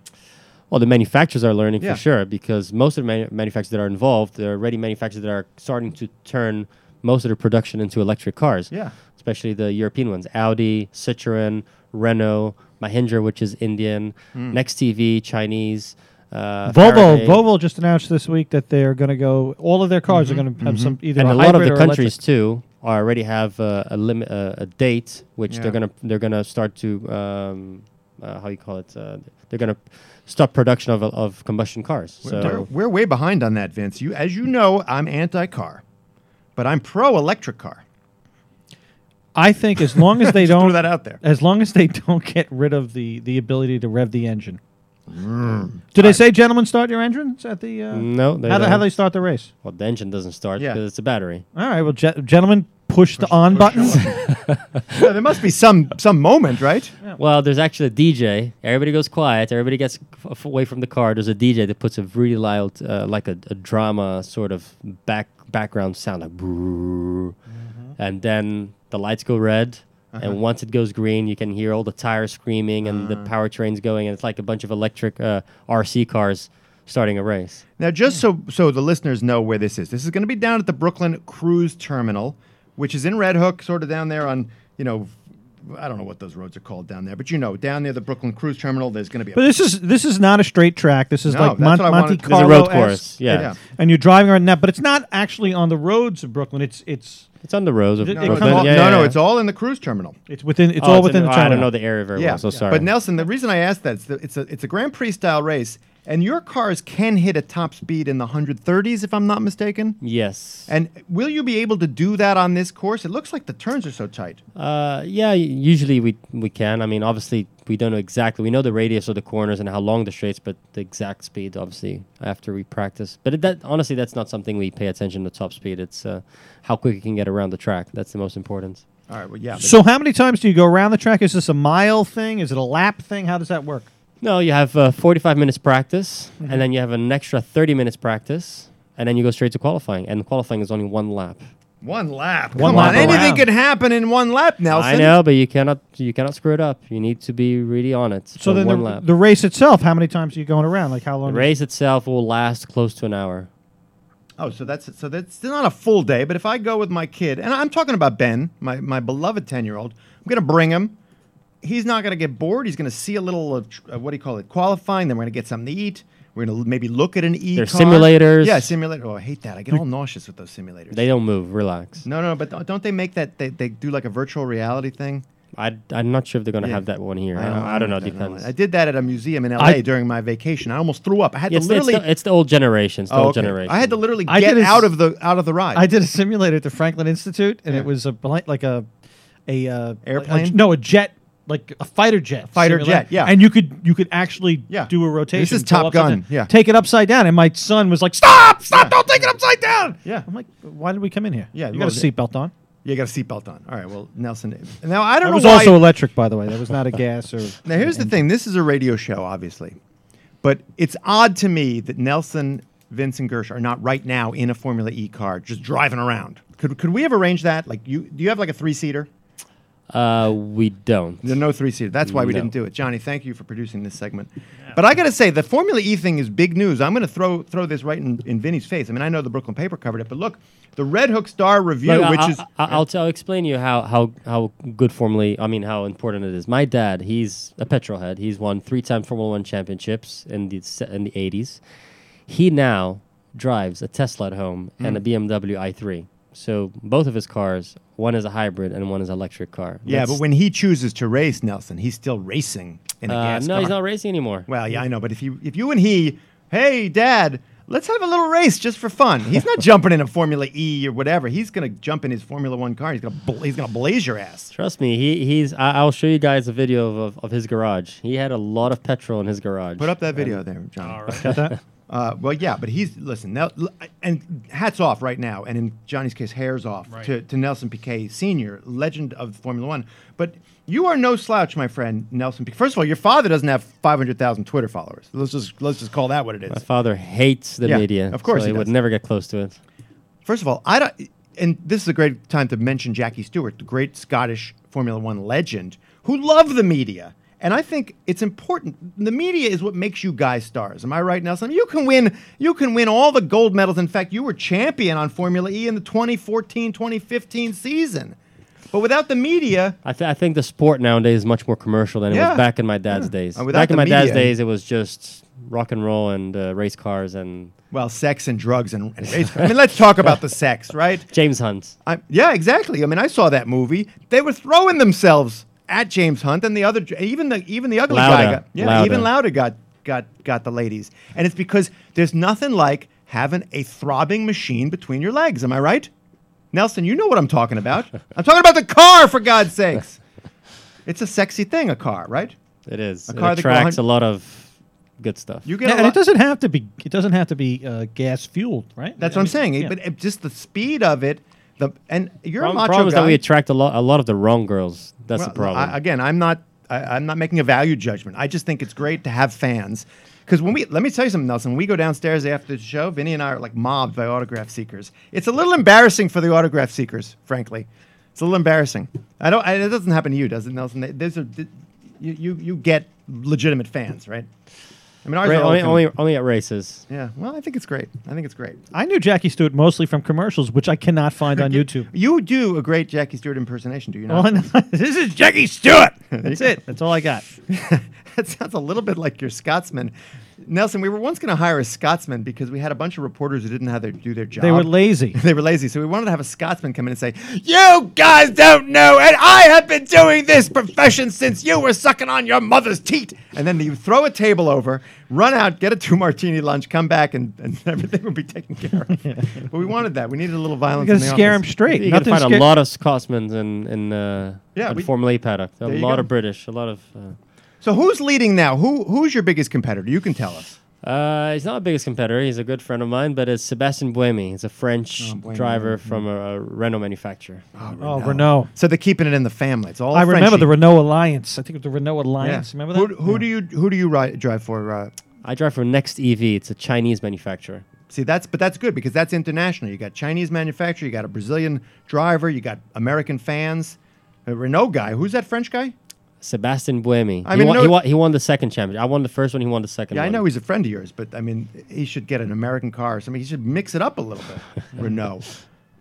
Speaker 3: Well, the manufacturers are learning
Speaker 1: Yeah.
Speaker 3: for sure because most of the manu- manufacturers that are involved, they're already manufacturers that are starting to turn most of their production into electric cars.
Speaker 1: Yeah.
Speaker 3: Especially the European ones Audi, Citroën, Renault, Mahindra, which is Indian,
Speaker 1: Hmm.
Speaker 3: Next TV, Chinese. Uh,
Speaker 2: Volvo,
Speaker 3: Faraday.
Speaker 2: Volvo just announced this week that they're going to go. All of their cars
Speaker 1: Mm-hmm.
Speaker 2: are going to have some either
Speaker 3: and
Speaker 2: a,
Speaker 3: a lot of
Speaker 2: hybrid
Speaker 3: the
Speaker 2: or
Speaker 3: countries
Speaker 2: electric.
Speaker 3: too are already have uh, a limit uh, a date which
Speaker 1: Yeah.
Speaker 3: they're gonna they're gonna start to um, uh, how you call it uh, they're gonna stop production of, of combustion cars. So
Speaker 1: We're, we're way behind on that, Vince. You as you know, I'm anti-car, but I'm pro electric car.
Speaker 2: I think as long as they
Speaker 1: Throw
Speaker 2: don't,
Speaker 1: that out there.
Speaker 2: as long as they don't get rid of the the ability to rev the engine. Do they say, gentlemen, start your engines at the? Uh,
Speaker 3: No, Mm. they
Speaker 2: how, do- how
Speaker 3: don't.
Speaker 2: they start the race?
Speaker 3: Well, the engine doesn't start
Speaker 1: Yeah.
Speaker 3: because it's a battery.
Speaker 2: All right, well, ge- gentlemen, push, the on buttons.
Speaker 1: Yeah, there must be some some moment, right?
Speaker 3: Well, there's actually a DJ. Everybody goes quiet. Everybody gets f- f- away from the car. There's a DJ that puts a really loud, uh, like a, a drama sort of back background sound, like, brrrr.
Speaker 1: Mm-hmm.
Speaker 3: and then the lights go red.
Speaker 1: Uh-huh.
Speaker 3: And once it goes green, you can hear all the tires screaming and
Speaker 1: Uh.
Speaker 3: the powertrains going, and it's like a bunch of electric uh, RC cars starting a race.
Speaker 1: Now, just so so the listeners know where this is, this is going to be down at the Brooklyn Cruise Terminal, which is in Red Hook, sort of down there on you know, I don't know what those roads are called down there, but you know, down near the Brooklyn Cruise Terminal, there's going to be. A,
Speaker 2: but this is this is not a straight track. This is
Speaker 1: No,
Speaker 2: like
Speaker 1: that's
Speaker 2: Mon-
Speaker 1: what I
Speaker 2: Monte
Speaker 1: wanted. There's
Speaker 3: There's
Speaker 2: Carlo.
Speaker 3: a road course, yeah.
Speaker 1: Yeah.
Speaker 2: and you're driving around that, but it's not actually on the roads of Brooklyn. It's it's
Speaker 3: It's on the roads of
Speaker 2: It- it
Speaker 1: no, it's
Speaker 3: Brooklyn.
Speaker 2: comes
Speaker 1: all,
Speaker 3: Yeah,
Speaker 1: no,
Speaker 3: yeah,
Speaker 1: no,
Speaker 3: yeah.
Speaker 1: it's all in the cruise terminal.
Speaker 2: it's within it's
Speaker 3: Oh,
Speaker 2: all
Speaker 3: it's in-
Speaker 2: within the
Speaker 3: I
Speaker 2: terminal.
Speaker 3: don't know the area very well, so sorry.
Speaker 1: But Nelson, the reason I asked that is that it's a it's a Grand Prix style race, and your cars can hit a top speed in the 130s, if I'm not mistaken.
Speaker 3: yes.
Speaker 1: And will you be able to do that on this course? It looks like the turns are so tight.
Speaker 3: Uh, yeah, y- usually we we can. I mean, obviously we don't know exactly. We know the radius of the corners and how long the straights, but the exact speed, obviously, after we practice. But it, that honestly, that's not something we pay attention to top speed. It's uh, how quick you can get around the track. That's the most important.
Speaker 1: All right, well, yeah. but-
Speaker 2: So how many times do you go around the track? Is this a mile thing? Is it a lap thing? How does that work?
Speaker 3: No, you have uh, 45 minutes practice,
Speaker 2: Mm-hmm.
Speaker 3: and then you have an extra 30 minutes practice, and then you go straight to qualifying. And qualifying is only one lap.
Speaker 1: One lap.
Speaker 2: One
Speaker 1: Come
Speaker 2: lap
Speaker 1: on, anything
Speaker 2: around.
Speaker 1: could happen in one lap, Nelson.
Speaker 3: I know, but you cannot you cannot screw it up. You need to be really on it.
Speaker 2: So
Speaker 3: for
Speaker 2: then
Speaker 3: one
Speaker 2: the,
Speaker 3: lap.
Speaker 2: the race itself, how many times are you going around? Like how long?
Speaker 3: The race itself will last close to an hour.
Speaker 1: Oh, so that's so that's still not a full day. But if I go with my kid, and I'm talking about Ben, my my beloved ten year old, I'm gonna bring him. He's not gonna get bored. He's gonna see a little of tr- uh, what do you call it qualifying. Then we're gonna get something to eat. We're gonna l- maybe look at an e.
Speaker 3: There's simulators.
Speaker 1: Yeah, simulator. Oh, I hate that. I get all nauseous with those simulators.
Speaker 3: They don't move. Relax.
Speaker 1: no, no, but don't- don't they make that? They, they do like a virtual reality thing.
Speaker 3: I, I'm not sure if they're gonna
Speaker 1: Yeah.
Speaker 3: have that one here. I don't, I don't know.
Speaker 1: if they're
Speaker 3: Depends.
Speaker 1: not. I did that at a museum in LA
Speaker 2: I-
Speaker 1: during my vacation. I almost threw up. I had
Speaker 3: It's,
Speaker 1: to literally.
Speaker 3: it's, the, it's the old generation. It's the
Speaker 1: Oh,
Speaker 3: old
Speaker 1: okay.
Speaker 3: generation.
Speaker 1: I had to literally
Speaker 2: I
Speaker 1: get
Speaker 2: did a s-
Speaker 1: out of the out of the ride.
Speaker 2: I did a simulator at the Franklin Institute, and
Speaker 1: Yeah.
Speaker 2: it was a bl- like a a uh, like a-
Speaker 1: Airplane?
Speaker 2: no, a jet, like a fighter jet,
Speaker 1: Fighter
Speaker 2: simulator.
Speaker 1: jet, yeah.
Speaker 2: And you could you could actually
Speaker 1: Yeah.
Speaker 2: do a rotation.
Speaker 1: This is
Speaker 2: go
Speaker 1: Top
Speaker 2: upside
Speaker 1: Gun,
Speaker 2: down,
Speaker 1: yeah.
Speaker 2: Take it upside down, and my son was like, "Stop! Stop! Don't take it upside down!"
Speaker 1: Yeah.
Speaker 2: I'm like, "Why did we come in here?
Speaker 1: Yeah,
Speaker 2: you
Speaker 1: well,
Speaker 2: got a seatbelt on."
Speaker 1: You got a seatbelt on. All right. Well, Nelson. Now I don't
Speaker 2: That
Speaker 1: know
Speaker 2: was
Speaker 1: why.
Speaker 2: also electric, by the way. That was not a gas or.
Speaker 1: now here's the thing. This is a radio show, obviously, but it's odd to me that Nelson, Vince, and Gersh are not right now in a Formula E car, just driving around. Could could we have arranged that? Like, you do you have like a three seater?
Speaker 3: Uh, we don't.
Speaker 1: There are no three seater. That's why we
Speaker 3: No.
Speaker 1: didn't do it. Johnny, thank you for producing this segment. But I got to say, the Formula E thing is big news. I'm going to throw throw this right in, in Vinny's face. I mean, I know the Brooklyn paper covered it, but look, the Red Hook Star review,
Speaker 3: Look, I-
Speaker 1: which
Speaker 3: I,
Speaker 1: is
Speaker 3: I, I'll, tell, I'll explain you how, how, how good formally I mean how important it is. My dad, he's a petrol head. He's won three time Formula One championships in the se- in the eighties. He now drives a Tesla at home and a
Speaker 1: Mm.
Speaker 3: BMW i3. So both of his cars, one is a hybrid and one is an electric car.
Speaker 1: yeah.
Speaker 3: That's-
Speaker 1: But when he chooses to race, Nelson, he's still racing in a
Speaker 3: uh,
Speaker 1: gas
Speaker 3: no,
Speaker 1: car.
Speaker 3: he's not racing anymore.
Speaker 1: Well, yeah, I know, but if you if you and he, hey, Dad, let's have a little race just for fun. He's not jumping in a Formula E or whatever. He's gonna jump in his Formula One car. He's gonna bla- he's gonna blaze your ass.
Speaker 3: Trust me, he, he's. I, I'll show you guys a video of, of, of his garage. He had a lot of petrol in his garage.
Speaker 1: Put up that video there, John. All right. Uh, well, yeah, but he's listen now, l- and hats off right now, and in Johnny's case, hairs off to, to Nelson Piquet Senior, legend of Formula One. But you are no slouch, my friend Nelson. Piquet. First of all, your father doesn't have five hundred thousand Twitter followers. Let's just let's just call that what it is.
Speaker 3: My father hates the
Speaker 1: Yeah,
Speaker 3: media.
Speaker 1: of course
Speaker 3: so
Speaker 1: he
Speaker 3: he, would
Speaker 1: does.
Speaker 3: never get close to it.
Speaker 1: First of all, I don't. And this is a great time to mention Jackie Stewart, the great Scottish Formula One legend, who loved the media. And I think it's important. The media is what makes you guys stars. Am I right, Nelson? You can win. You can win all the gold medals. In fact, you were champion on Formula E in the 2014-2015 season. But without the media,
Speaker 3: I, th- I think the sport nowadays is much more commercial than it
Speaker 1: Yeah.
Speaker 3: was back in my dad's days.
Speaker 1: And without
Speaker 3: Back in
Speaker 1: the
Speaker 3: my dad's
Speaker 1: media-
Speaker 3: days, it was just rock and roll and uh, race cars and
Speaker 1: well, sex and drugs and, and race car- I mean, let's talk about the sex, right?
Speaker 3: James Hunt.
Speaker 1: I, yeah, exactly. I mean, I saw that movie. They were throwing themselves at James Hunt and the other, even the even the ugly guy
Speaker 3: Lauda.
Speaker 1: got yeah,
Speaker 3: Lauda.
Speaker 1: even louder got got got the ladies. And it's because there's nothing like having a throbbing machine between your legs. Am I right, Nelson? You know what I'm talking about. I'm talking about the car, for God's sakes. It's a sexy thing, a car, right?
Speaker 3: It is.
Speaker 1: car
Speaker 3: it
Speaker 1: that go
Speaker 3: attracts
Speaker 1: hun-
Speaker 3: a lot of good stuff.
Speaker 1: You get
Speaker 2: Yeah,
Speaker 1: a
Speaker 2: and
Speaker 1: lot-
Speaker 2: it doesn't have to be. It doesn't have to be uh, gas fueled, right?
Speaker 1: That's
Speaker 2: I
Speaker 1: what I'm
Speaker 2: mean,
Speaker 1: saying. It-
Speaker 2: yeah.
Speaker 1: But it, just the speed of it. The and you're
Speaker 3: Problem-
Speaker 1: a macho
Speaker 3: problem is
Speaker 1: guy.
Speaker 3: that we attract a lot, a lot of the wrong girls. That's the
Speaker 1: Well,
Speaker 3: problem.
Speaker 1: I, again, I'm not. I, I'm not making a value judgment. I just think it's great to have fans. Because when we let me tell you something, Nelson. When we go downstairs after the show, Vinny and I are like mobbed by autograph seekers. It's a little embarrassing for the autograph seekers, frankly. It's a little embarrassing. I don't. I, it doesn't happen to you, does it, Nelson? They- There's a, you, you you get legitimate fans, right? I mean, ours
Speaker 3: Ra-
Speaker 1: are all
Speaker 3: only,
Speaker 1: kind of-
Speaker 3: only, only at races.
Speaker 1: yeah. Well, I think it's great. I think it's great.
Speaker 2: I knew Jackie Stewart mostly from commercials, which I cannot find on YouTube.
Speaker 1: You do a great Jackie Stewart impersonation, do you not?
Speaker 2: All Oh, I know- this is Jackie Stewart. That's it. That's all I got.
Speaker 1: that sounds a little bit like your Scotsman. Nelson, we were once going to hire a Scotsman because we had a bunch of reporters who didn't have their do their job.
Speaker 2: They were lazy.
Speaker 1: They were lazy, so we wanted to have a Scotsman come in and say, "You guys don't know, and I have been doing this profession since you were sucking on your mother's teat." And then you throw a table over, run out, get a two martini lunch, come back, and, and everything would be taken care of. but we wanted that. We needed a little violence.
Speaker 2: Because
Speaker 1: in the
Speaker 2: scare
Speaker 1: office.
Speaker 2: them straight.
Speaker 3: You
Speaker 2: Nothing
Speaker 3: can find
Speaker 2: sca-
Speaker 3: a lot of Scotsmen in in uh,
Speaker 1: Yeah,
Speaker 3: at
Speaker 1: we-
Speaker 3: Formula E paddock. A
Speaker 1: There you
Speaker 3: lot
Speaker 1: go.
Speaker 3: of British. A lot of. Uh,
Speaker 1: So who's leading now? Who who's your biggest competitor? You can tell us.
Speaker 3: Uh, he's not my biggest competitor. He's a good friend of mine, but it's Sebastian Buemi. He's a French
Speaker 1: Oh, Buemi,
Speaker 3: driver from a, a Renault manufacturer.
Speaker 2: Oh, Renault.
Speaker 1: So they're keeping it in the family. It's all.
Speaker 2: I remember
Speaker 1: Frenchie.
Speaker 2: the Renault Alliance. I think it was the Renault
Speaker 1: Yeah.
Speaker 2: Alliance. Remember
Speaker 1: Who,
Speaker 2: that?
Speaker 1: who do you who do you ride, drive for? Uh,
Speaker 3: E I drive for Next EV. It's a Chinese manufacturer.
Speaker 1: See, that's but that's good because that's international. You got Chinese manufacturer, you got a Brazilian driver, you got American fans. A Renault guy, who's that French guy?
Speaker 3: Sebastian Buemi.
Speaker 1: I
Speaker 3: he,
Speaker 1: mean,
Speaker 3: won,
Speaker 1: no-
Speaker 3: he, won, he won the second championship. I won the first one. He won the second
Speaker 1: Yeah, I
Speaker 3: one.
Speaker 1: know he's a friend of yours, but I mean, he should get an American car or something. He should mix it up a little bit. Renault.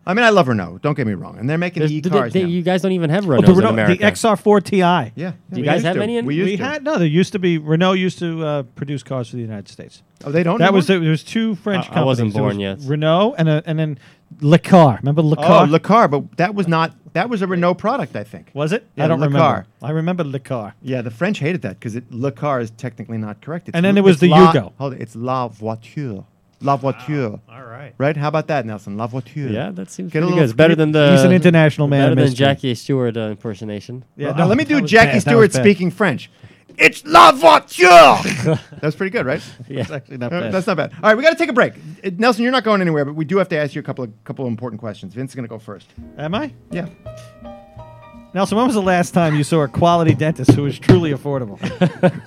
Speaker 1: I mean, I love Renault. Don't get me wrong, and they're making
Speaker 3: There's-
Speaker 1: e
Speaker 3: do they-
Speaker 1: cars
Speaker 3: they-
Speaker 1: now.
Speaker 3: you guys don't even have
Speaker 2: Oh,
Speaker 3: Renaults
Speaker 2: the,
Speaker 3: in
Speaker 2: Renault, the
Speaker 3: America.
Speaker 2: XR4 Ti.
Speaker 1: yeah.
Speaker 3: Do you
Speaker 1: we
Speaker 3: guys
Speaker 1: used
Speaker 3: have
Speaker 1: to.
Speaker 3: any in-
Speaker 1: We used
Speaker 2: We
Speaker 1: to.
Speaker 2: had no. There used to be Renault used to uh, produce cars for the United States.
Speaker 1: Oh, they don't.
Speaker 2: That was
Speaker 1: anymore?
Speaker 2: there was two French
Speaker 3: I- I
Speaker 2: companies.
Speaker 3: wasn't
Speaker 2: There was
Speaker 3: born yet.
Speaker 2: Renault and a, and then Le Car. Remember Le
Speaker 1: oh
Speaker 2: Car?
Speaker 1: Le Car, but that was not. That was a Renault product, I think.
Speaker 2: was it?
Speaker 1: Yeah,
Speaker 2: I don't
Speaker 1: Le
Speaker 2: remember.
Speaker 1: Car.
Speaker 2: I remember Le Car.
Speaker 1: Yeah, the French hated that because Le Car is technically not correct. It's
Speaker 2: And then
Speaker 1: l-
Speaker 2: there was
Speaker 1: it's
Speaker 2: the
Speaker 1: la,
Speaker 2: Yugo.
Speaker 1: Hold it. It's La Voiture. La Voiture.
Speaker 2: All right.
Speaker 1: Right? How about that, Nelson? La Voiture.
Speaker 3: Yeah, that seems
Speaker 1: Get a
Speaker 3: pretty
Speaker 1: little
Speaker 3: good. It's better than the.
Speaker 2: He's an international man
Speaker 3: Better
Speaker 2: of
Speaker 3: than
Speaker 2: mystery.
Speaker 3: Jackie Stewart uh, impersonation.
Speaker 2: Yeah,
Speaker 1: Well, now let me do Jackie
Speaker 2: Jackie
Speaker 1: Stewart speaking French. It's La Voiture. that was pretty good, right?
Speaker 3: Yeah.
Speaker 2: Actually, not
Speaker 1: Uh,
Speaker 2: bad.
Speaker 1: That's not bad. All right, we got to take a break. Uh, Nelson, you're not going anywhere, but we do have to ask you a couple of couple of important questions. Vince is going to go first.
Speaker 2: Am I?
Speaker 1: Yeah.
Speaker 2: Nelson, when was the last time you saw a quality dentist who was truly affordable?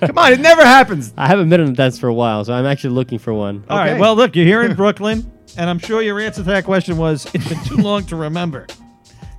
Speaker 1: Come on, it never happens.
Speaker 3: I haven't been in a dance for a while, so I'm actually looking for one.
Speaker 2: All
Speaker 1: Okay.
Speaker 2: right. Well, look, you're here in Brooklyn, and I'm sure your answer to that question was it's been too long to remember.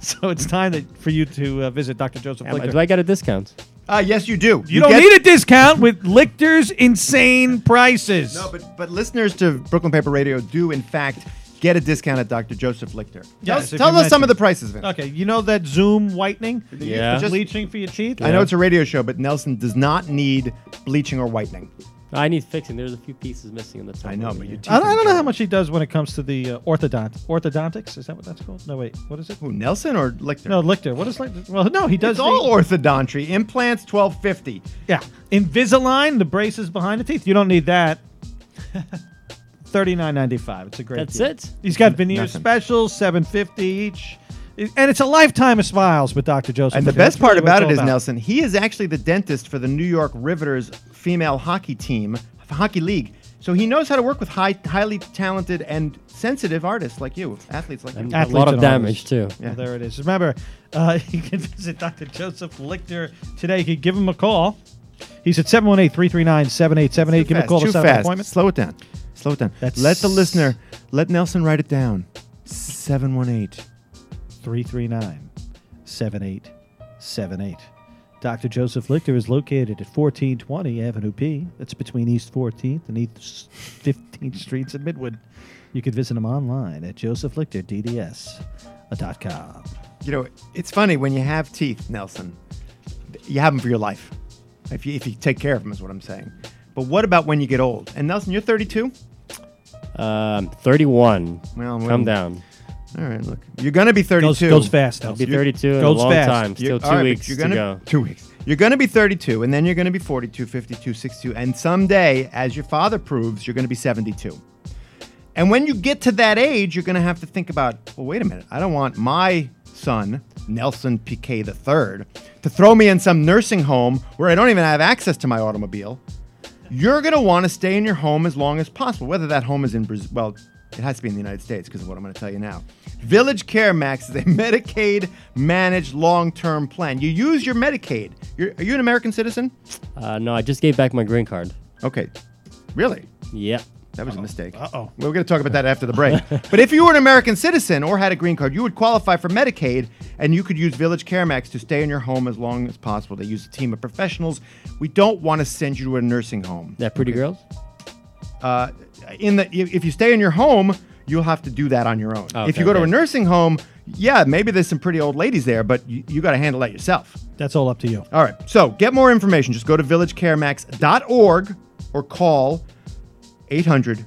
Speaker 2: So it's time that, for you to uh, visit Dr. Joseph
Speaker 3: Am I-
Speaker 2: Lichter.
Speaker 3: Oh, do I get a discount?
Speaker 1: Uh, yes, you do.
Speaker 2: you, don't
Speaker 1: get-
Speaker 2: need a discount with Lichter's insane prices.
Speaker 1: No, but but listeners to Brooklyn Paper Radio do in fact get a discount at Dr. Joseph Lichter. Tell
Speaker 2: Yes,
Speaker 1: us-
Speaker 2: if
Speaker 1: tell
Speaker 2: you
Speaker 1: us some
Speaker 2: mention-
Speaker 1: of the prices, Vince.
Speaker 2: okay, you know that Zoom whitening,
Speaker 3: Yeah.
Speaker 1: Just-
Speaker 2: bleaching for your teeth.
Speaker 1: I know
Speaker 3: Yeah.
Speaker 1: it's a radio show, but Nelson does not need bleaching or whitening.
Speaker 3: Oh, I need fixing. There's a few pieces missing in the top.
Speaker 1: I know,
Speaker 3: over
Speaker 1: but
Speaker 3: here.
Speaker 1: your teeth.
Speaker 2: I don't, I
Speaker 1: are
Speaker 2: don't know
Speaker 1: terrible.
Speaker 2: how much he does when it comes to the uh, orthodont orthodontics. Is that what that's called? No, wait, what is it?
Speaker 1: Who, Nelson or Lichter?
Speaker 2: No, Lichter. What is Lichter? Well, no, he does
Speaker 1: it's all
Speaker 2: the-
Speaker 1: orthodonty. Implants, twelve fifty.
Speaker 2: Yeah. Invisalign, the braces behind the teeth. You don't need that. Thirty nine ninety five. It's a great
Speaker 3: That's
Speaker 2: deal.
Speaker 3: it?
Speaker 2: He's got veneer
Speaker 1: nothing.
Speaker 2: specials, seven fifty each. I- And it's a lifetime of smiles with Dr. Joseph.
Speaker 1: And the best
Speaker 2: Lichter. That's really
Speaker 1: part
Speaker 2: what
Speaker 1: about it
Speaker 2: it's
Speaker 1: is
Speaker 2: all
Speaker 1: Nelson. He is actually the dentist for the New York Riveters female hockey team, hockey league. So he knows how to work with high, highly talented and sensitive artists like you, athletes like you.
Speaker 3: And a
Speaker 2: Athletes
Speaker 3: lot of
Speaker 2: and all
Speaker 3: damage,
Speaker 2: this.
Speaker 3: too.
Speaker 1: Yeah.
Speaker 2: Well, there it is. Remember, uh, you can visit Dr. Joseph Lichter today. You can give him a call. He's at 718 339 7878. Give him a call
Speaker 1: too
Speaker 2: to set up an
Speaker 1: fast.
Speaker 2: appointment.
Speaker 1: Slow it down. Slow it down.
Speaker 2: That's-
Speaker 1: let the listener, let Nelson write it down. 718.
Speaker 2: 339 7878. Dr. Joseph Lichter is located at 1420 Avenue P. That's between East 14th and East 15th Streets in Midwood. You can visit him online at josephlichterdds.com.
Speaker 1: You know, it's funny when you have teeth, Nelson, you have them for your life. If you, if you take care of them, is what I'm saying. But what about when you get old? And Nelson, you're 32?
Speaker 3: Um, 31.
Speaker 1: Well,
Speaker 3: Come
Speaker 1: when-
Speaker 3: down.
Speaker 1: All right, look. You're going to be 32.
Speaker 2: Goes, goes fast.
Speaker 3: I'll
Speaker 2: Though.
Speaker 3: be 32 in a
Speaker 2: goes
Speaker 3: long
Speaker 2: fast.
Speaker 3: time.
Speaker 1: You-
Speaker 3: Still two
Speaker 1: all right, but
Speaker 3: weeks
Speaker 1: you're
Speaker 3: to
Speaker 1: gonna,
Speaker 3: go.
Speaker 1: Two weeks. You're going to be 32, and then you're going to be 42, 52, 62, and someday, as your father proves, you're going to be 72. And when you get to that age, you're going to have to think about, well, wait a minute. I don't want my son, Nelson Piquet III, to throw me in some nursing home where I don't even have access to my automobile. You're going to want to stay in your home as long as possible, whether that home is in Brazil. Well, it has to be in the United States because of what I'm going to tell you now. Village Care Max is a Medicaid managed long term plan. You use your Medicaid. You're, are you an American citizen?
Speaker 3: Uh, no, I just gave back my green card.
Speaker 1: Okay. Really?
Speaker 3: Yep.
Speaker 1: That was a mistake.
Speaker 2: Uh-oh.
Speaker 1: We're going to talk about that after the break. but if you were an American citizen or had a green card, you would qualify for Medicaid and you could use Village Care Max to stay in your home as long as possible. They use a team of professionals. We don't want to send you to a nursing home.
Speaker 3: That pretty girls?
Speaker 1: Uh, in the if if you stay in your home, you'll have to do that on your own. if
Speaker 3: Okay,
Speaker 1: you go to a
Speaker 3: okay.
Speaker 1: nursing home, yeah, maybe there's some pretty old ladies there, but you, you got to handle that yourself.
Speaker 2: That's all up to you.
Speaker 1: All right. So get more information. Just go to villagecaremax.org or call 800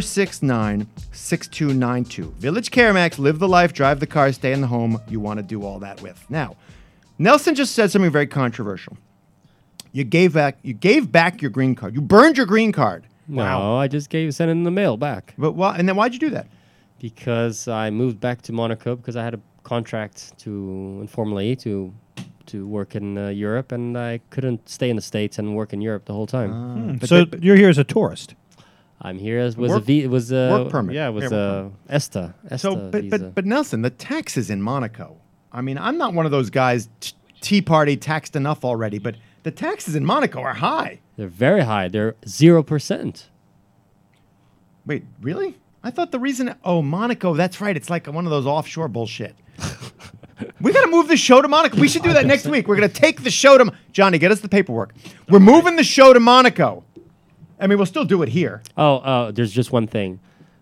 Speaker 1: 469 6292. Village Caremax, live the life, drive the car, stay in the home you want to do all that with. Now, Nelson just said something very controversial. You gave back you gave back your green card. You burned your green card.
Speaker 3: No, I just gave sent it in the mail back
Speaker 1: But why and then why'd you do that?
Speaker 3: because I moved back to Monaco because I had a contract to informally to to work in uh, Europe and I couldn't stay in the States and work in Europe the whole time.
Speaker 1: But
Speaker 2: so
Speaker 1: they- but-
Speaker 2: you're here as a tourist.
Speaker 3: I'm here as was
Speaker 1: Work-
Speaker 3: a v, was a
Speaker 1: work permit.
Speaker 3: Yeah, it was
Speaker 1: Yeah,
Speaker 3: a ESTA. ESTA
Speaker 1: so but,
Speaker 3: visa.
Speaker 1: but but Nelson, the taxes in Monaco. I mean, I'm not one of those guys t- Tea Party taxed enough already, but the taxes in Monaco are high.
Speaker 3: They're very high. They're zero percent.
Speaker 1: Wait, really? I thought the reason. Oh, Monaco. That's right. It's like one of those offshore bullshit. we gotta move the show to Monaco. We should do that next week. We're gonna take the show to Johnny. Get us the paperwork. We're moving the show to Monaco. I mean, we'll still do it here.
Speaker 3: Oh, uh, there's just one thing.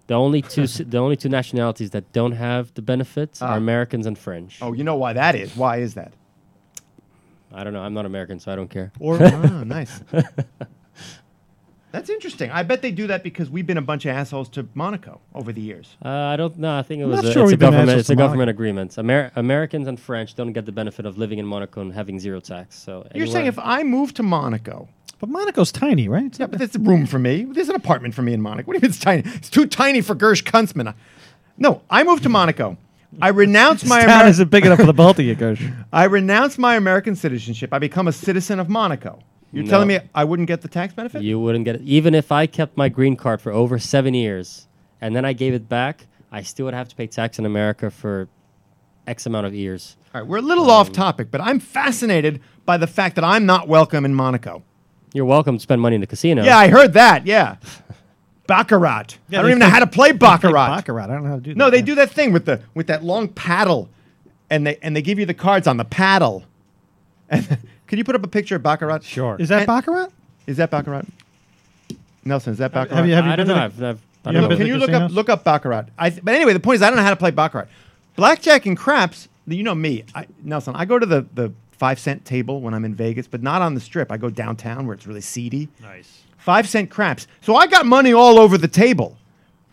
Speaker 3: The only two ci- the only two nationalities that don't have the benefits are Americans and French.
Speaker 1: Ah. Oh, you know why that is? Why is that?
Speaker 3: I don't know. I'm not American, so I don't care.
Speaker 1: Or oh, nice. That's interesting. I bet they do that because we've been a bunch of assholes to Monaco over the years.
Speaker 3: Uh, I don't know. I think it was
Speaker 2: not
Speaker 3: a,
Speaker 2: sure
Speaker 3: it's a
Speaker 2: we've been
Speaker 3: government.
Speaker 2: assholes
Speaker 3: It's a
Speaker 2: to Monaco.
Speaker 3: government agreement. Amer- Americans and French don't get the benefit of living in Monaco and having zero tax. So
Speaker 1: You're saying if I move to Monaco,
Speaker 2: But Monaco's tiny, right? It's
Speaker 1: yeah,
Speaker 2: not
Speaker 1: but that's a room for me. There's an apartment for me in Monaco. What do you mean it's tiny? It's too tiny for Gersh Kunstmann. No, I moved to Monaco. I renounce my
Speaker 2: This
Speaker 1: Ameri-
Speaker 2: town isn't big enough for the both of you, Gersh.
Speaker 1: I renounce my American citizenship. I become a citizen of Monaco. You're
Speaker 3: No.
Speaker 1: telling me I wouldn't get the tax benefit?
Speaker 3: you wouldn't get it, even if I kept my green card for over seven years and then I gave it back, I still would have to pay tax in America for X amount of years.
Speaker 1: All right, we're a little off topic, but I'm fascinated by the fact that I'm not welcome in Monaco.
Speaker 3: You're welcome to spend money in the casino.
Speaker 1: Yeah, I heard that. Yeah. Baccarat. I don't
Speaker 2: they
Speaker 1: even know how to play Baccarat.
Speaker 2: Baccarat. I don't know how to do that.
Speaker 1: No, they
Speaker 2: yeah.
Speaker 1: do that thing with the with that long paddle, and they and they give you the cards on the paddle. And could you put up a picture of Baccarat?
Speaker 4: Sure.
Speaker 2: Is that
Speaker 1: And-
Speaker 2: Baccarat?
Speaker 1: Is that Baccarat? Nelson, is that Baccarat?
Speaker 2: have you-
Speaker 3: I
Speaker 2: been
Speaker 3: don't
Speaker 2: to
Speaker 3: know.
Speaker 2: the- you
Speaker 3: I've, I've, I don't
Speaker 2: haven't
Speaker 3: know.
Speaker 2: been
Speaker 1: Can
Speaker 2: to
Speaker 1: you
Speaker 2: the
Speaker 1: look up
Speaker 2: casinos?
Speaker 1: look up Baccarat? I th- but anyway, the point is I don't know how to play Baccarat. Blackjack and craps. You know me, I, Nelson. I go to the the five cent table when I'm in Vegas, but not on the strip. I go downtown where it's really seedy.
Speaker 4: Nice.
Speaker 1: Five cent craps. So I got money all over the table,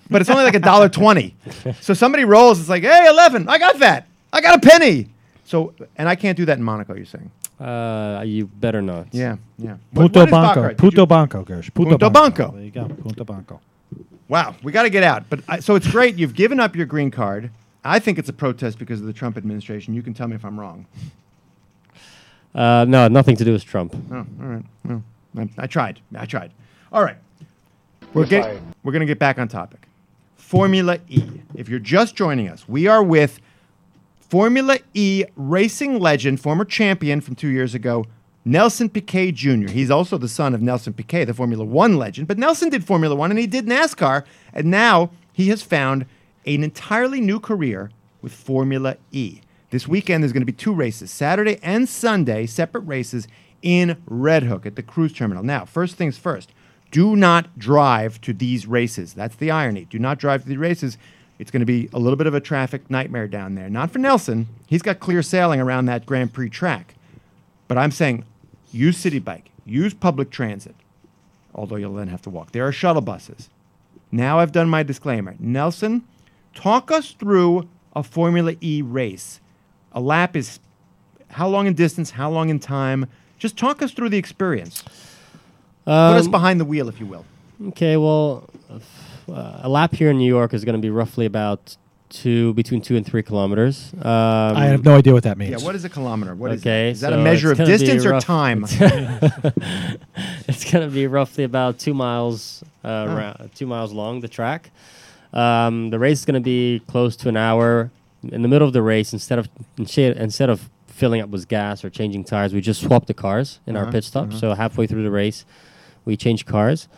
Speaker 1: but it's only like a dollar twenty. So somebody rolls. It's like, hey, eleven. I got that. I got a penny. So and I can't do that in Monaco. You're saying?
Speaker 3: Uh, you better not.
Speaker 1: Yeah, yeah. What-
Speaker 2: Punto
Speaker 1: what is
Speaker 2: Banco.
Speaker 1: Baccarat? Did you-
Speaker 2: Punto Banco, Gersh. Punto,
Speaker 1: Punto Banco.
Speaker 2: There you go. Punto Banco.
Speaker 1: Wow, we got to get out. But I, so it's great. You've given up your green card. I think it's a protest because of the Trump administration. You can tell me if I'm wrong.
Speaker 3: Uh, no, nothing to do with Trump.
Speaker 1: Oh, all right. Well, Um, I, I tried. I tried. All right. We're get, we're going to get back on topic. Formula E. If you're just joining us, we are with Formula E racing legend, former champion from two years ago, Nelson Piquet Jr. He's also the son of Nelson Piquet, the Formula One legend. But Nelson did Formula One and he did NASCAR. And now he has found an entirely new career with Formula E. This weekend, there's going to be two races, Saturday and Sunday, separate races in Red Hook at the cruise terminal. Now, first things first, do not drive to these races. That's the irony. Do not drive to the races. It's going to be a little bit of a traffic nightmare down there. Not for Nelson. He's got clear sailing around that Grand Prix track. But I'm saying use city bike, use public transit, although you'll then have to walk. There are shuttle buses. Now I've done my disclaimer. Nelson, talk us through a Formula E race. A lap is how long in distance, how long in time? Just talk us through the experience. Put us
Speaker 3: Um,
Speaker 1: behind the wheel, if you will.
Speaker 3: Okay, well, uh, a lap here in New York is going to be roughly about two, between two and three kilometers. Um,
Speaker 2: I have no idea what that means.
Speaker 1: Yeah, what is a kilometer? What is
Speaker 3: Okay,
Speaker 1: that? Is that
Speaker 3: so
Speaker 1: a measure of
Speaker 3: it's gonna be
Speaker 1: distance or
Speaker 3: rough-
Speaker 1: time?
Speaker 3: it's going to be roughly about two miles, uh, rou- two miles long the track. Um, the race is going to be close to an hour. In the middle of the race, instead of instead instead of filling up with gas or changing tires, we just swapped the cars in our pit stop. So halfway through the race, we changed cars.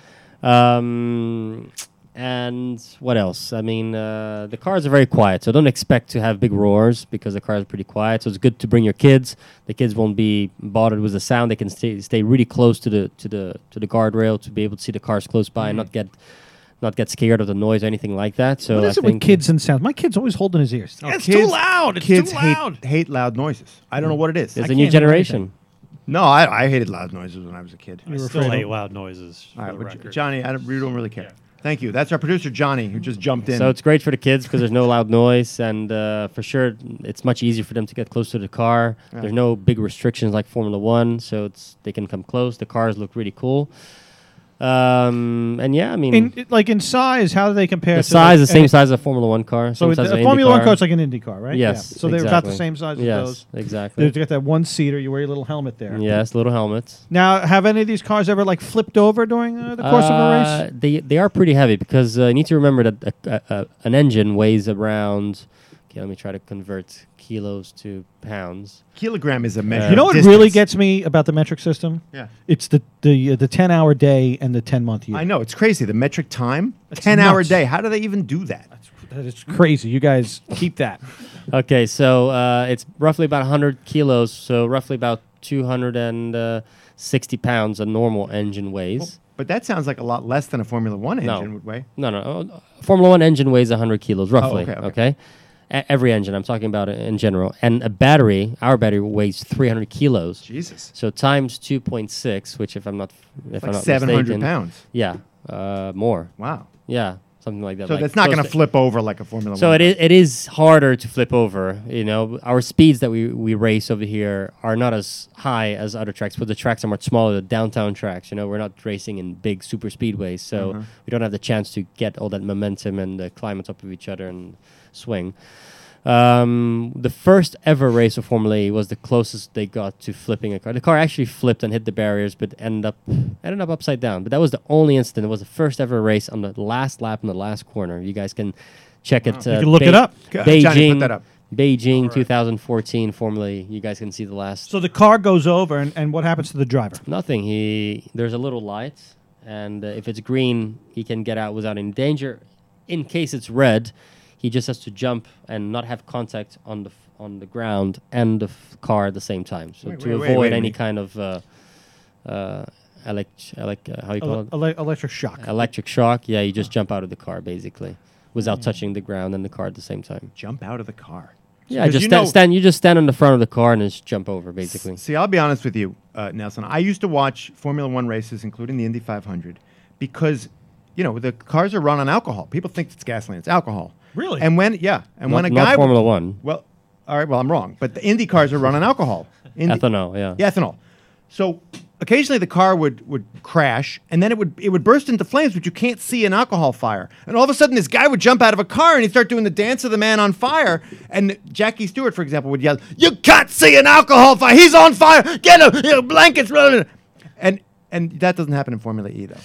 Speaker 3: Um, and what else? I mean, uh, the cars are very quiet, so don't expect to have big roars because the cars are pretty quiet. So it's good to bring your kids. The kids won't be bothered with the sound. They can stay stay really close to the to the to the guardrail to be able to see the cars close by and not get not get scared of the noise or anything like that. So
Speaker 2: Mm-hmm. What is
Speaker 3: I
Speaker 2: it with
Speaker 3: think Hmm.
Speaker 2: kids and sounds? My kid's always holding his ears.
Speaker 4: It's too loud. It's
Speaker 1: kids
Speaker 4: too
Speaker 1: hate-
Speaker 4: loud.
Speaker 1: Hate, loud noises. I don't know what it is.
Speaker 3: There's
Speaker 1: I-
Speaker 3: a new
Speaker 2: can't hear
Speaker 3: generation.
Speaker 1: no, I, I hated loud noises when I was a kid.
Speaker 4: I still hate loud noises.
Speaker 1: All right,
Speaker 4: for the
Speaker 1: well, J-
Speaker 4: record.
Speaker 1: Johnny, I don't, we don't really care. Thank you. That's our producer Johnny who just jumped in.
Speaker 3: So it's great for the kids because there's no loud noise, and uh, for sure it's much easier for them to get close to the car. There's no big restrictions like Formula One, so it's they can come close. The cars look really cool, um, and yeah, I mean
Speaker 2: In, it- like in size, how do they compare?
Speaker 3: the
Speaker 2: to
Speaker 3: size
Speaker 2: like,
Speaker 3: the same
Speaker 2: and-
Speaker 3: size as a Formula One car.
Speaker 2: So
Speaker 3: same
Speaker 2: it-
Speaker 3: size as
Speaker 2: a
Speaker 3: an
Speaker 2: Formula One
Speaker 3: Indy car.
Speaker 2: car's like an Indy car, right?
Speaker 3: Yes,
Speaker 2: Yeah. So they're about the
Speaker 3: exactly.
Speaker 2: same size
Speaker 3: yes,
Speaker 2: as those.
Speaker 3: exactly.
Speaker 2: They've got that one seater. You wear your little helmet there.
Speaker 3: Yes, little helmets.
Speaker 2: Now, have any of these cars ever like flipped over during uh, the course of a
Speaker 3: Uh,
Speaker 2: race?
Speaker 3: They they are pretty heavy because uh, you need to remember that a, a, a, an engine weighs around Okay, let me try to convert kilos to pounds.
Speaker 1: Kilogram is a measure.
Speaker 3: Uh,
Speaker 2: You know
Speaker 1: of
Speaker 2: what
Speaker 1: distance.
Speaker 2: really gets me about the metric system?
Speaker 1: Yeah.
Speaker 2: It's the the uh, the ten hour day and the ten month year.
Speaker 1: I know it's crazy. The metric time,
Speaker 2: That's
Speaker 1: ten hour
Speaker 2: nuts.
Speaker 1: day. How do they even do that?
Speaker 2: That is crazy. You guys keep that.
Speaker 3: Okay, so uh, it's roughly about 100 kilos, so roughly about 260 uh, pounds a normal engine weighs.
Speaker 1: But that sounds like a lot less than a Formula One
Speaker 3: No.
Speaker 1: engine would weigh.
Speaker 3: No, no. uh, Formula One engine weighs 100 kilos, roughly.
Speaker 1: Oh, okay,
Speaker 3: okay.
Speaker 1: okay.
Speaker 3: E- every engine, I'm talking about in general. And a battery, our battery weighs 300 kilos.
Speaker 1: Jesus,
Speaker 3: So times 2.6, which if I'm not, if I'm
Speaker 1: like
Speaker 3: not
Speaker 1: seven hundred
Speaker 3: mistaken-
Speaker 1: pounds.
Speaker 3: Yeah, uh, more.
Speaker 1: Wow.
Speaker 3: Yeah, something like that.
Speaker 1: So
Speaker 3: like
Speaker 1: that's not
Speaker 3: close
Speaker 1: going to
Speaker 3: to-
Speaker 1: flip over like a Formula
Speaker 3: So
Speaker 1: One.
Speaker 3: it is, it is harder to flip over. You know, our speeds that we, we race over here are not as high as other tracks, but the tracks are much smaller, the downtown tracks. You know, we're not racing in big super speedways, so we don't have the chance to get all that momentum and uh, climb on top of each other and swing. Um, the first ever race of Formula E was the closest they got to flipping a car. The car actually flipped and hit the barriers, but ended up ended up upside down. But that was the only incident. It was the first ever race on the last lap in the last corner. You guys can check it. Uh,
Speaker 2: can look it up.
Speaker 1: Go-
Speaker 3: Beijing,
Speaker 1: Johnny, put that up.
Speaker 3: Beijing, 2014 Formula E. You guys can see the last
Speaker 2: So the car goes over, and, and what happens to the driver?
Speaker 3: Nothing. He there's a little light, and uh, if it's green, he can get out without any danger. In case it's red, he just has to jump and not have contact on the f- on the ground and the f- car at the same time, so
Speaker 1: Wait,
Speaker 3: to
Speaker 1: wait,
Speaker 3: avoid
Speaker 1: wait, wait a
Speaker 3: any
Speaker 1: minute.
Speaker 3: kind of uh, uh, elect- elect- uh, how you call
Speaker 2: Ele-
Speaker 3: it
Speaker 2: ele- electric shock.
Speaker 3: electric shock. Yeah, you just jump out of the car basically without
Speaker 1: Hmm.
Speaker 3: touching the ground and the car at the same time.
Speaker 1: Jump out of the car.
Speaker 3: Yeah,
Speaker 1: 'Cause
Speaker 3: just
Speaker 1: you
Speaker 3: sta-
Speaker 1: know-
Speaker 3: stand. You just stand on the front of the car and just jump over basically.
Speaker 1: See, I'll be honest with you, uh, Nelson. I used to watch Formula One races, including the Indy 500, because you know the cars are run on alcohol. People think it's gasoline; it's alcohol.
Speaker 2: Really?
Speaker 1: And when yeah, and when a
Speaker 3: Not-
Speaker 1: guy
Speaker 3: not Formula One,
Speaker 1: well, all right, well I'm wrong, but the Indy cars are run on alcohol. Indy,
Speaker 3: ethanol. Yeah.
Speaker 1: Yeah, ethanol. So occasionally the car would would crash, and then it would it would burst into flames, which you can't see an alcohol fire. And all of a sudden, this guy would jump out of a car and he'd start doing the dance of the man on fire. And Jackie Stewart, for example, would yell, "You can't see an alcohol fire. He's on fire. Get him! You know, blankets!" Blah, blah, blah." And and that doesn't happen in Formula E though.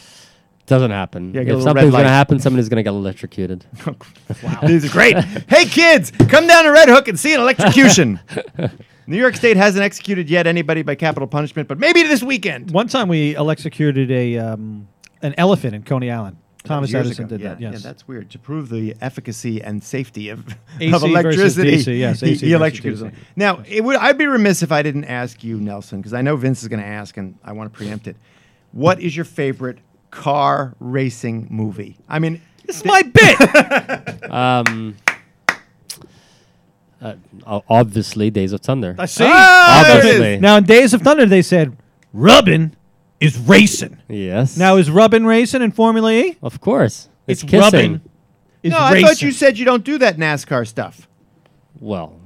Speaker 3: Doesn't happen.
Speaker 1: Yeah, get a
Speaker 3: if
Speaker 1: little red
Speaker 3: something's
Speaker 1: light.
Speaker 3: gonna happen, somebody's gonna get electrocuted.
Speaker 1: Wow, this is great. hey kids, come down to Red Hook and see an electrocution. New York State hasn't executed yet anybody by capital punishment, but maybe this weekend.
Speaker 2: One time we electrocuted a um, an elephant in Coney Island. Thomas
Speaker 1: years
Speaker 2: Edison
Speaker 1: ago.
Speaker 2: did
Speaker 1: yeah,
Speaker 2: that. Yes.
Speaker 1: Yeah, that's weird. To prove the efficacy and safety of,
Speaker 2: AC
Speaker 1: of
Speaker 2: versus
Speaker 1: electricity,
Speaker 2: DC, yes,
Speaker 1: he,
Speaker 2: AC
Speaker 1: he
Speaker 2: versus
Speaker 1: electrocutes them.
Speaker 2: DC.
Speaker 1: Now, it would, I'd be remiss if I didn't ask you, Nelson, because I know Vince is going to ask, and I want to preempt it. What is your favorite car racing movie? I mean, this is my bit.
Speaker 3: Um, uh, o- obviously, Days of Thunder.
Speaker 2: I see.
Speaker 1: Ah, there it
Speaker 3: Obviously.
Speaker 1: is.
Speaker 2: Now in Days of Thunder, they said rubbin is racing.
Speaker 3: Yes.
Speaker 2: Now is rubbin racing in Formula E?
Speaker 3: of course,
Speaker 2: It's
Speaker 3: it's, kissing.
Speaker 2: rubbing. Is
Speaker 1: No, I thought you said you don't do that NASCAR stuff.
Speaker 3: Well,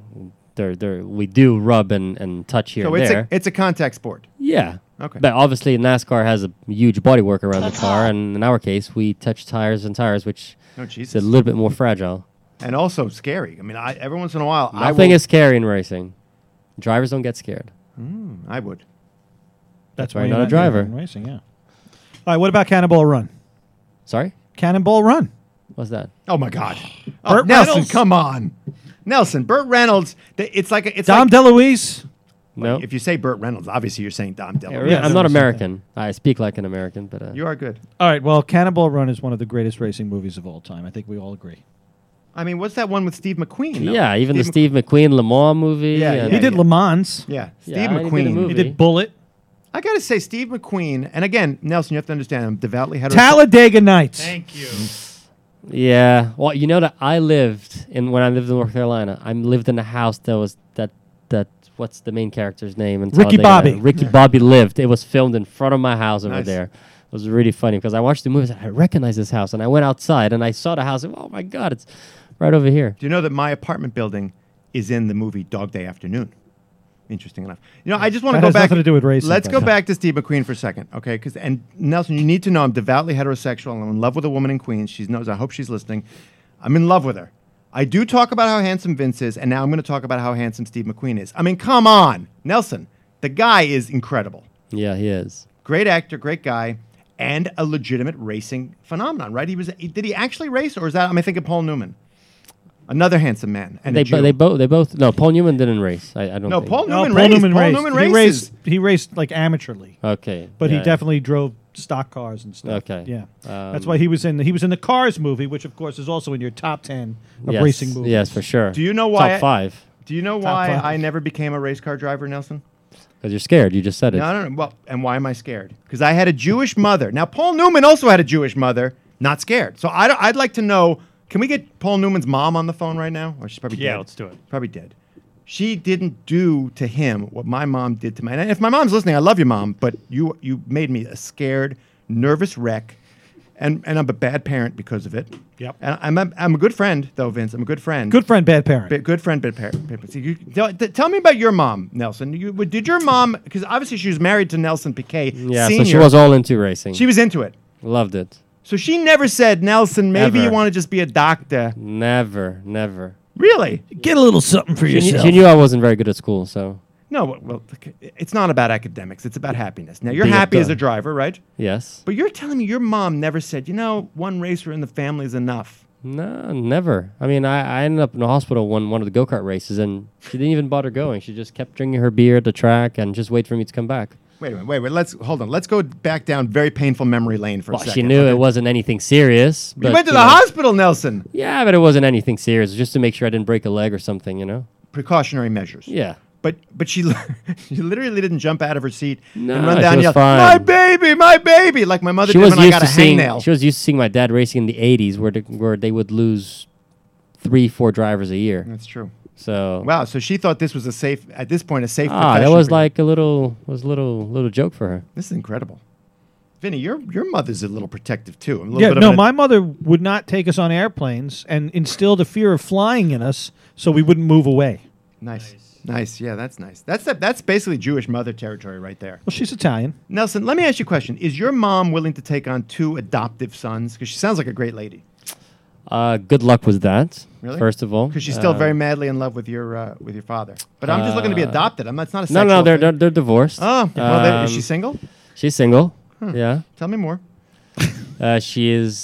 Speaker 3: there, there, we do rub and, and touch here
Speaker 1: So
Speaker 3: and
Speaker 1: it's
Speaker 3: there.
Speaker 1: a, it's a contact sport.
Speaker 3: yeah.
Speaker 1: Okay.
Speaker 3: But obviously, NASCAR has a huge body work around the car, and in our case, we touch tires and tires, which
Speaker 1: Oh,
Speaker 3: is a
Speaker 1: Jesus.
Speaker 3: little bit more fragile.
Speaker 1: And also scary. I mean, I, every once in a while, I
Speaker 3: Nothing
Speaker 1: will-
Speaker 3: is scary in racing. Drivers don't get scared.
Speaker 1: I would.
Speaker 2: That's
Speaker 3: why
Speaker 2: why
Speaker 3: you're
Speaker 2: you're
Speaker 3: not a driver.
Speaker 2: in Racing, yeah. All right. What about Cannonball Run?
Speaker 3: Sorry,
Speaker 2: Cannonball Run.
Speaker 3: what's that?
Speaker 1: Oh my God, oh,
Speaker 2: Burt
Speaker 1: Nelson,
Speaker 2: Reynolds.
Speaker 1: come on, Nelson, Burt Reynolds. th- It's like a, it's
Speaker 2: Dom
Speaker 1: like,
Speaker 2: DeLuise.
Speaker 3: No,
Speaker 1: If you say Burt Reynolds, obviously you're saying Dom DeLuise.
Speaker 2: Yeah,
Speaker 3: I'm not
Speaker 2: that was
Speaker 3: American. I speak like an American, but uh,
Speaker 1: You are good.
Speaker 2: All right. Well, Cannonball Run is one of the greatest racing movies of all time. I think we all agree.
Speaker 1: I mean, what's that one with Steve McQueen? though?
Speaker 3: Yeah, even
Speaker 1: Mc-
Speaker 3: the Steve McQueen Le Mans movie.
Speaker 1: Yeah,
Speaker 3: and-
Speaker 2: He did
Speaker 1: yeah.
Speaker 2: Le Mans.
Speaker 1: Yeah, Steve
Speaker 3: Yeah, he did a
Speaker 1: McQueen.
Speaker 3: movie.
Speaker 2: He did Bullet.
Speaker 1: I gotta say, Steve McQueen. And again, Nelson, you have to understand, I'm devoutly heterosexual.
Speaker 2: Talladega Nights.
Speaker 4: Thank you.
Speaker 3: Yeah. Well, you know that I lived in when I lived in North Carolina. I lived in a house that was that that what's the main character's name? in
Speaker 2: Ricky
Speaker 3: Talladega?
Speaker 2: Bobby.
Speaker 3: Ricky Bobby lived. It was filmed in front of my house over
Speaker 1: Nice.
Speaker 3: there. It was really funny because I watched the movie. I, said, I recognize this house, and I went outside and I saw the house. And, oh my god, it's right over here.
Speaker 1: Do you know that my apartment building is in the movie Dog Day Afternoon? Interesting enough. You know, I just want
Speaker 2: That
Speaker 1: to go
Speaker 2: has
Speaker 1: back.
Speaker 2: nothing to do with race,
Speaker 1: Let's
Speaker 2: I
Speaker 1: go
Speaker 2: think.
Speaker 1: back to Steve McQueen for a second, okay? Because and Nelson, you need to know I'm devoutly heterosexual. I'm in love with a woman in Queens. She knows. I hope she's listening. I'm in love with her. I do talk about how handsome Vince is, and now I'm going to talk about how handsome Steve McQueen is. I mean, come on, Nelson. The guy is incredible.
Speaker 3: Yeah, he is.
Speaker 1: Great actor, great guy, and a legitimate racing phenomenon, right? He was. Did he actually race, or is that? I'm thinking Paul Newman. another handsome man, and
Speaker 3: They,
Speaker 1: a Jew.
Speaker 3: bo- they both. They both. No, Paul Newman didn't race. I, I don't.
Speaker 1: no,
Speaker 3: think.
Speaker 1: Paul
Speaker 2: No,
Speaker 1: Newman raced. Paul
Speaker 2: Oh, raced.
Speaker 1: Newman
Speaker 2: he
Speaker 1: races.
Speaker 2: raced. He raced like amateurly,
Speaker 3: Okay,
Speaker 2: but
Speaker 3: yeah.
Speaker 2: he definitely drove stock cars and stuff.
Speaker 3: Okay.
Speaker 2: Yeah. That's
Speaker 3: Um,
Speaker 2: why he was in. He was in the Cars movie, which of course is also in your top ten of
Speaker 3: yes,
Speaker 2: racing movies.
Speaker 3: Yes, for sure.
Speaker 1: Do you know why I-
Speaker 3: Top five.
Speaker 1: Do you know why
Speaker 2: five.
Speaker 1: I never became a race car driver, Nelson?
Speaker 3: Because you're scared. You just said it.
Speaker 1: No, no, no. Well, and why am I scared? Because I had a Jewish mother. Now, Paul Newman also had a Jewish mother. Not scared. So I, would like to know. Can we get Paul Newman's mom on the phone right now? Or she's probably
Speaker 4: Yeah,
Speaker 1: dead.
Speaker 4: let's do it.
Speaker 1: Probably dead. She didn't do to him what my mom did to me. And if my mom's listening, I love you, mom. But you, you made me a scared, nervous wreck, and and I'm a bad parent because of it.
Speaker 4: Yep.
Speaker 1: And I'm a, I'm a good friend though, Vince. I'm a good friend.
Speaker 2: Good friend, bad parent.
Speaker 1: Bi- good friend, bit parent. tell, t- tell me about your mom, Nelson. You, w- did your mom? Because obviously she was married to Nelson Piquet
Speaker 3: Yeah.
Speaker 1: Senior.
Speaker 3: So she was all into racing.
Speaker 1: She
Speaker 3: She
Speaker 1: was into it,
Speaker 3: loved it.
Speaker 1: so she never said, "Nelson, maybe you
Speaker 3: Ever.
Speaker 1: want to just be a doctor."
Speaker 3: Never, never.
Speaker 1: Really?
Speaker 2: Get a little something for
Speaker 3: She, knew- she knew I wasn't very good at school, so
Speaker 1: No. w- Well, look, it's not about academics. It's about happiness. Now you're
Speaker 3: Being a
Speaker 1: happy as a
Speaker 3: dog.
Speaker 1: driver, right?
Speaker 3: yes.
Speaker 1: But you're telling me your mom never said, "You know, one racer in the family is enough."
Speaker 3: No, never. I mean, I, I ended up in the hospital one one of the go kart races, and she didn't even bother going. She just kept drinking her beer at the track and just wait for me to come back.
Speaker 1: Wait a minute. Wait. Wait. Let's hold on. Let's go back down very painful memory lane for
Speaker 3: Well,
Speaker 1: a second.
Speaker 3: she knew it wasn't anything serious. But,
Speaker 1: You went to
Speaker 3: you
Speaker 1: the
Speaker 3: know-
Speaker 1: hospital, Nelson.
Speaker 3: Yeah, but it wasn't anything serious. Just to make sure I didn't break a leg or something, you know.
Speaker 1: Precautionary measures.
Speaker 3: Yeah.
Speaker 1: But but she li- she literally didn't jump out of her seat and
Speaker 3: No,
Speaker 1: run
Speaker 3: she
Speaker 1: down and
Speaker 3: was
Speaker 1: yell,
Speaker 3: fine.
Speaker 1: "My baby, my baby!" Like my mother
Speaker 3: she
Speaker 1: did
Speaker 3: was
Speaker 1: when I
Speaker 3: used
Speaker 1: got
Speaker 3: to
Speaker 1: a
Speaker 3: seeing.
Speaker 1: hangnail.
Speaker 3: She was used to seeing my dad racing in the '80s, where the, where they would lose three, four drivers a year.
Speaker 1: That's true.
Speaker 3: So
Speaker 1: Wow. So she thought this was a safe at this point a safe.
Speaker 3: ah, that
Speaker 1: profession
Speaker 3: was
Speaker 1: for you.
Speaker 3: like a little was a little little joke for her.
Speaker 1: this is incredible. Vinny, your your mother's a little protective too. A little
Speaker 2: Yeah,
Speaker 1: bit
Speaker 2: no,
Speaker 1: of an-
Speaker 2: my mother would not take us on airplanes and instilled a fear of flying in us so we wouldn't move away.
Speaker 1: nice. Nice, yeah, that's nice. That's that, that's basically Jewish mother territory right there.
Speaker 2: Well, she's Italian.
Speaker 1: Nelson, let me ask you a question: Is your mom willing to take on two adoptive sons? Because she sounds like a great lady.
Speaker 3: Uh, good luck with that.
Speaker 1: Really?
Speaker 3: First of all,
Speaker 1: Because she's still
Speaker 3: Uh,
Speaker 1: very madly in love with your uh, with your father. But I'm just looking to be
Speaker 3: uh,
Speaker 1: adopted. I'm not. It's not a
Speaker 3: No,
Speaker 1: sexual
Speaker 3: no, they're
Speaker 1: thing.
Speaker 3: they're, they're divorced.
Speaker 1: Oh, well, there- is
Speaker 3: Um,
Speaker 1: she single?
Speaker 3: She's single. Yeah,
Speaker 1: Tell me more.
Speaker 3: uh, she is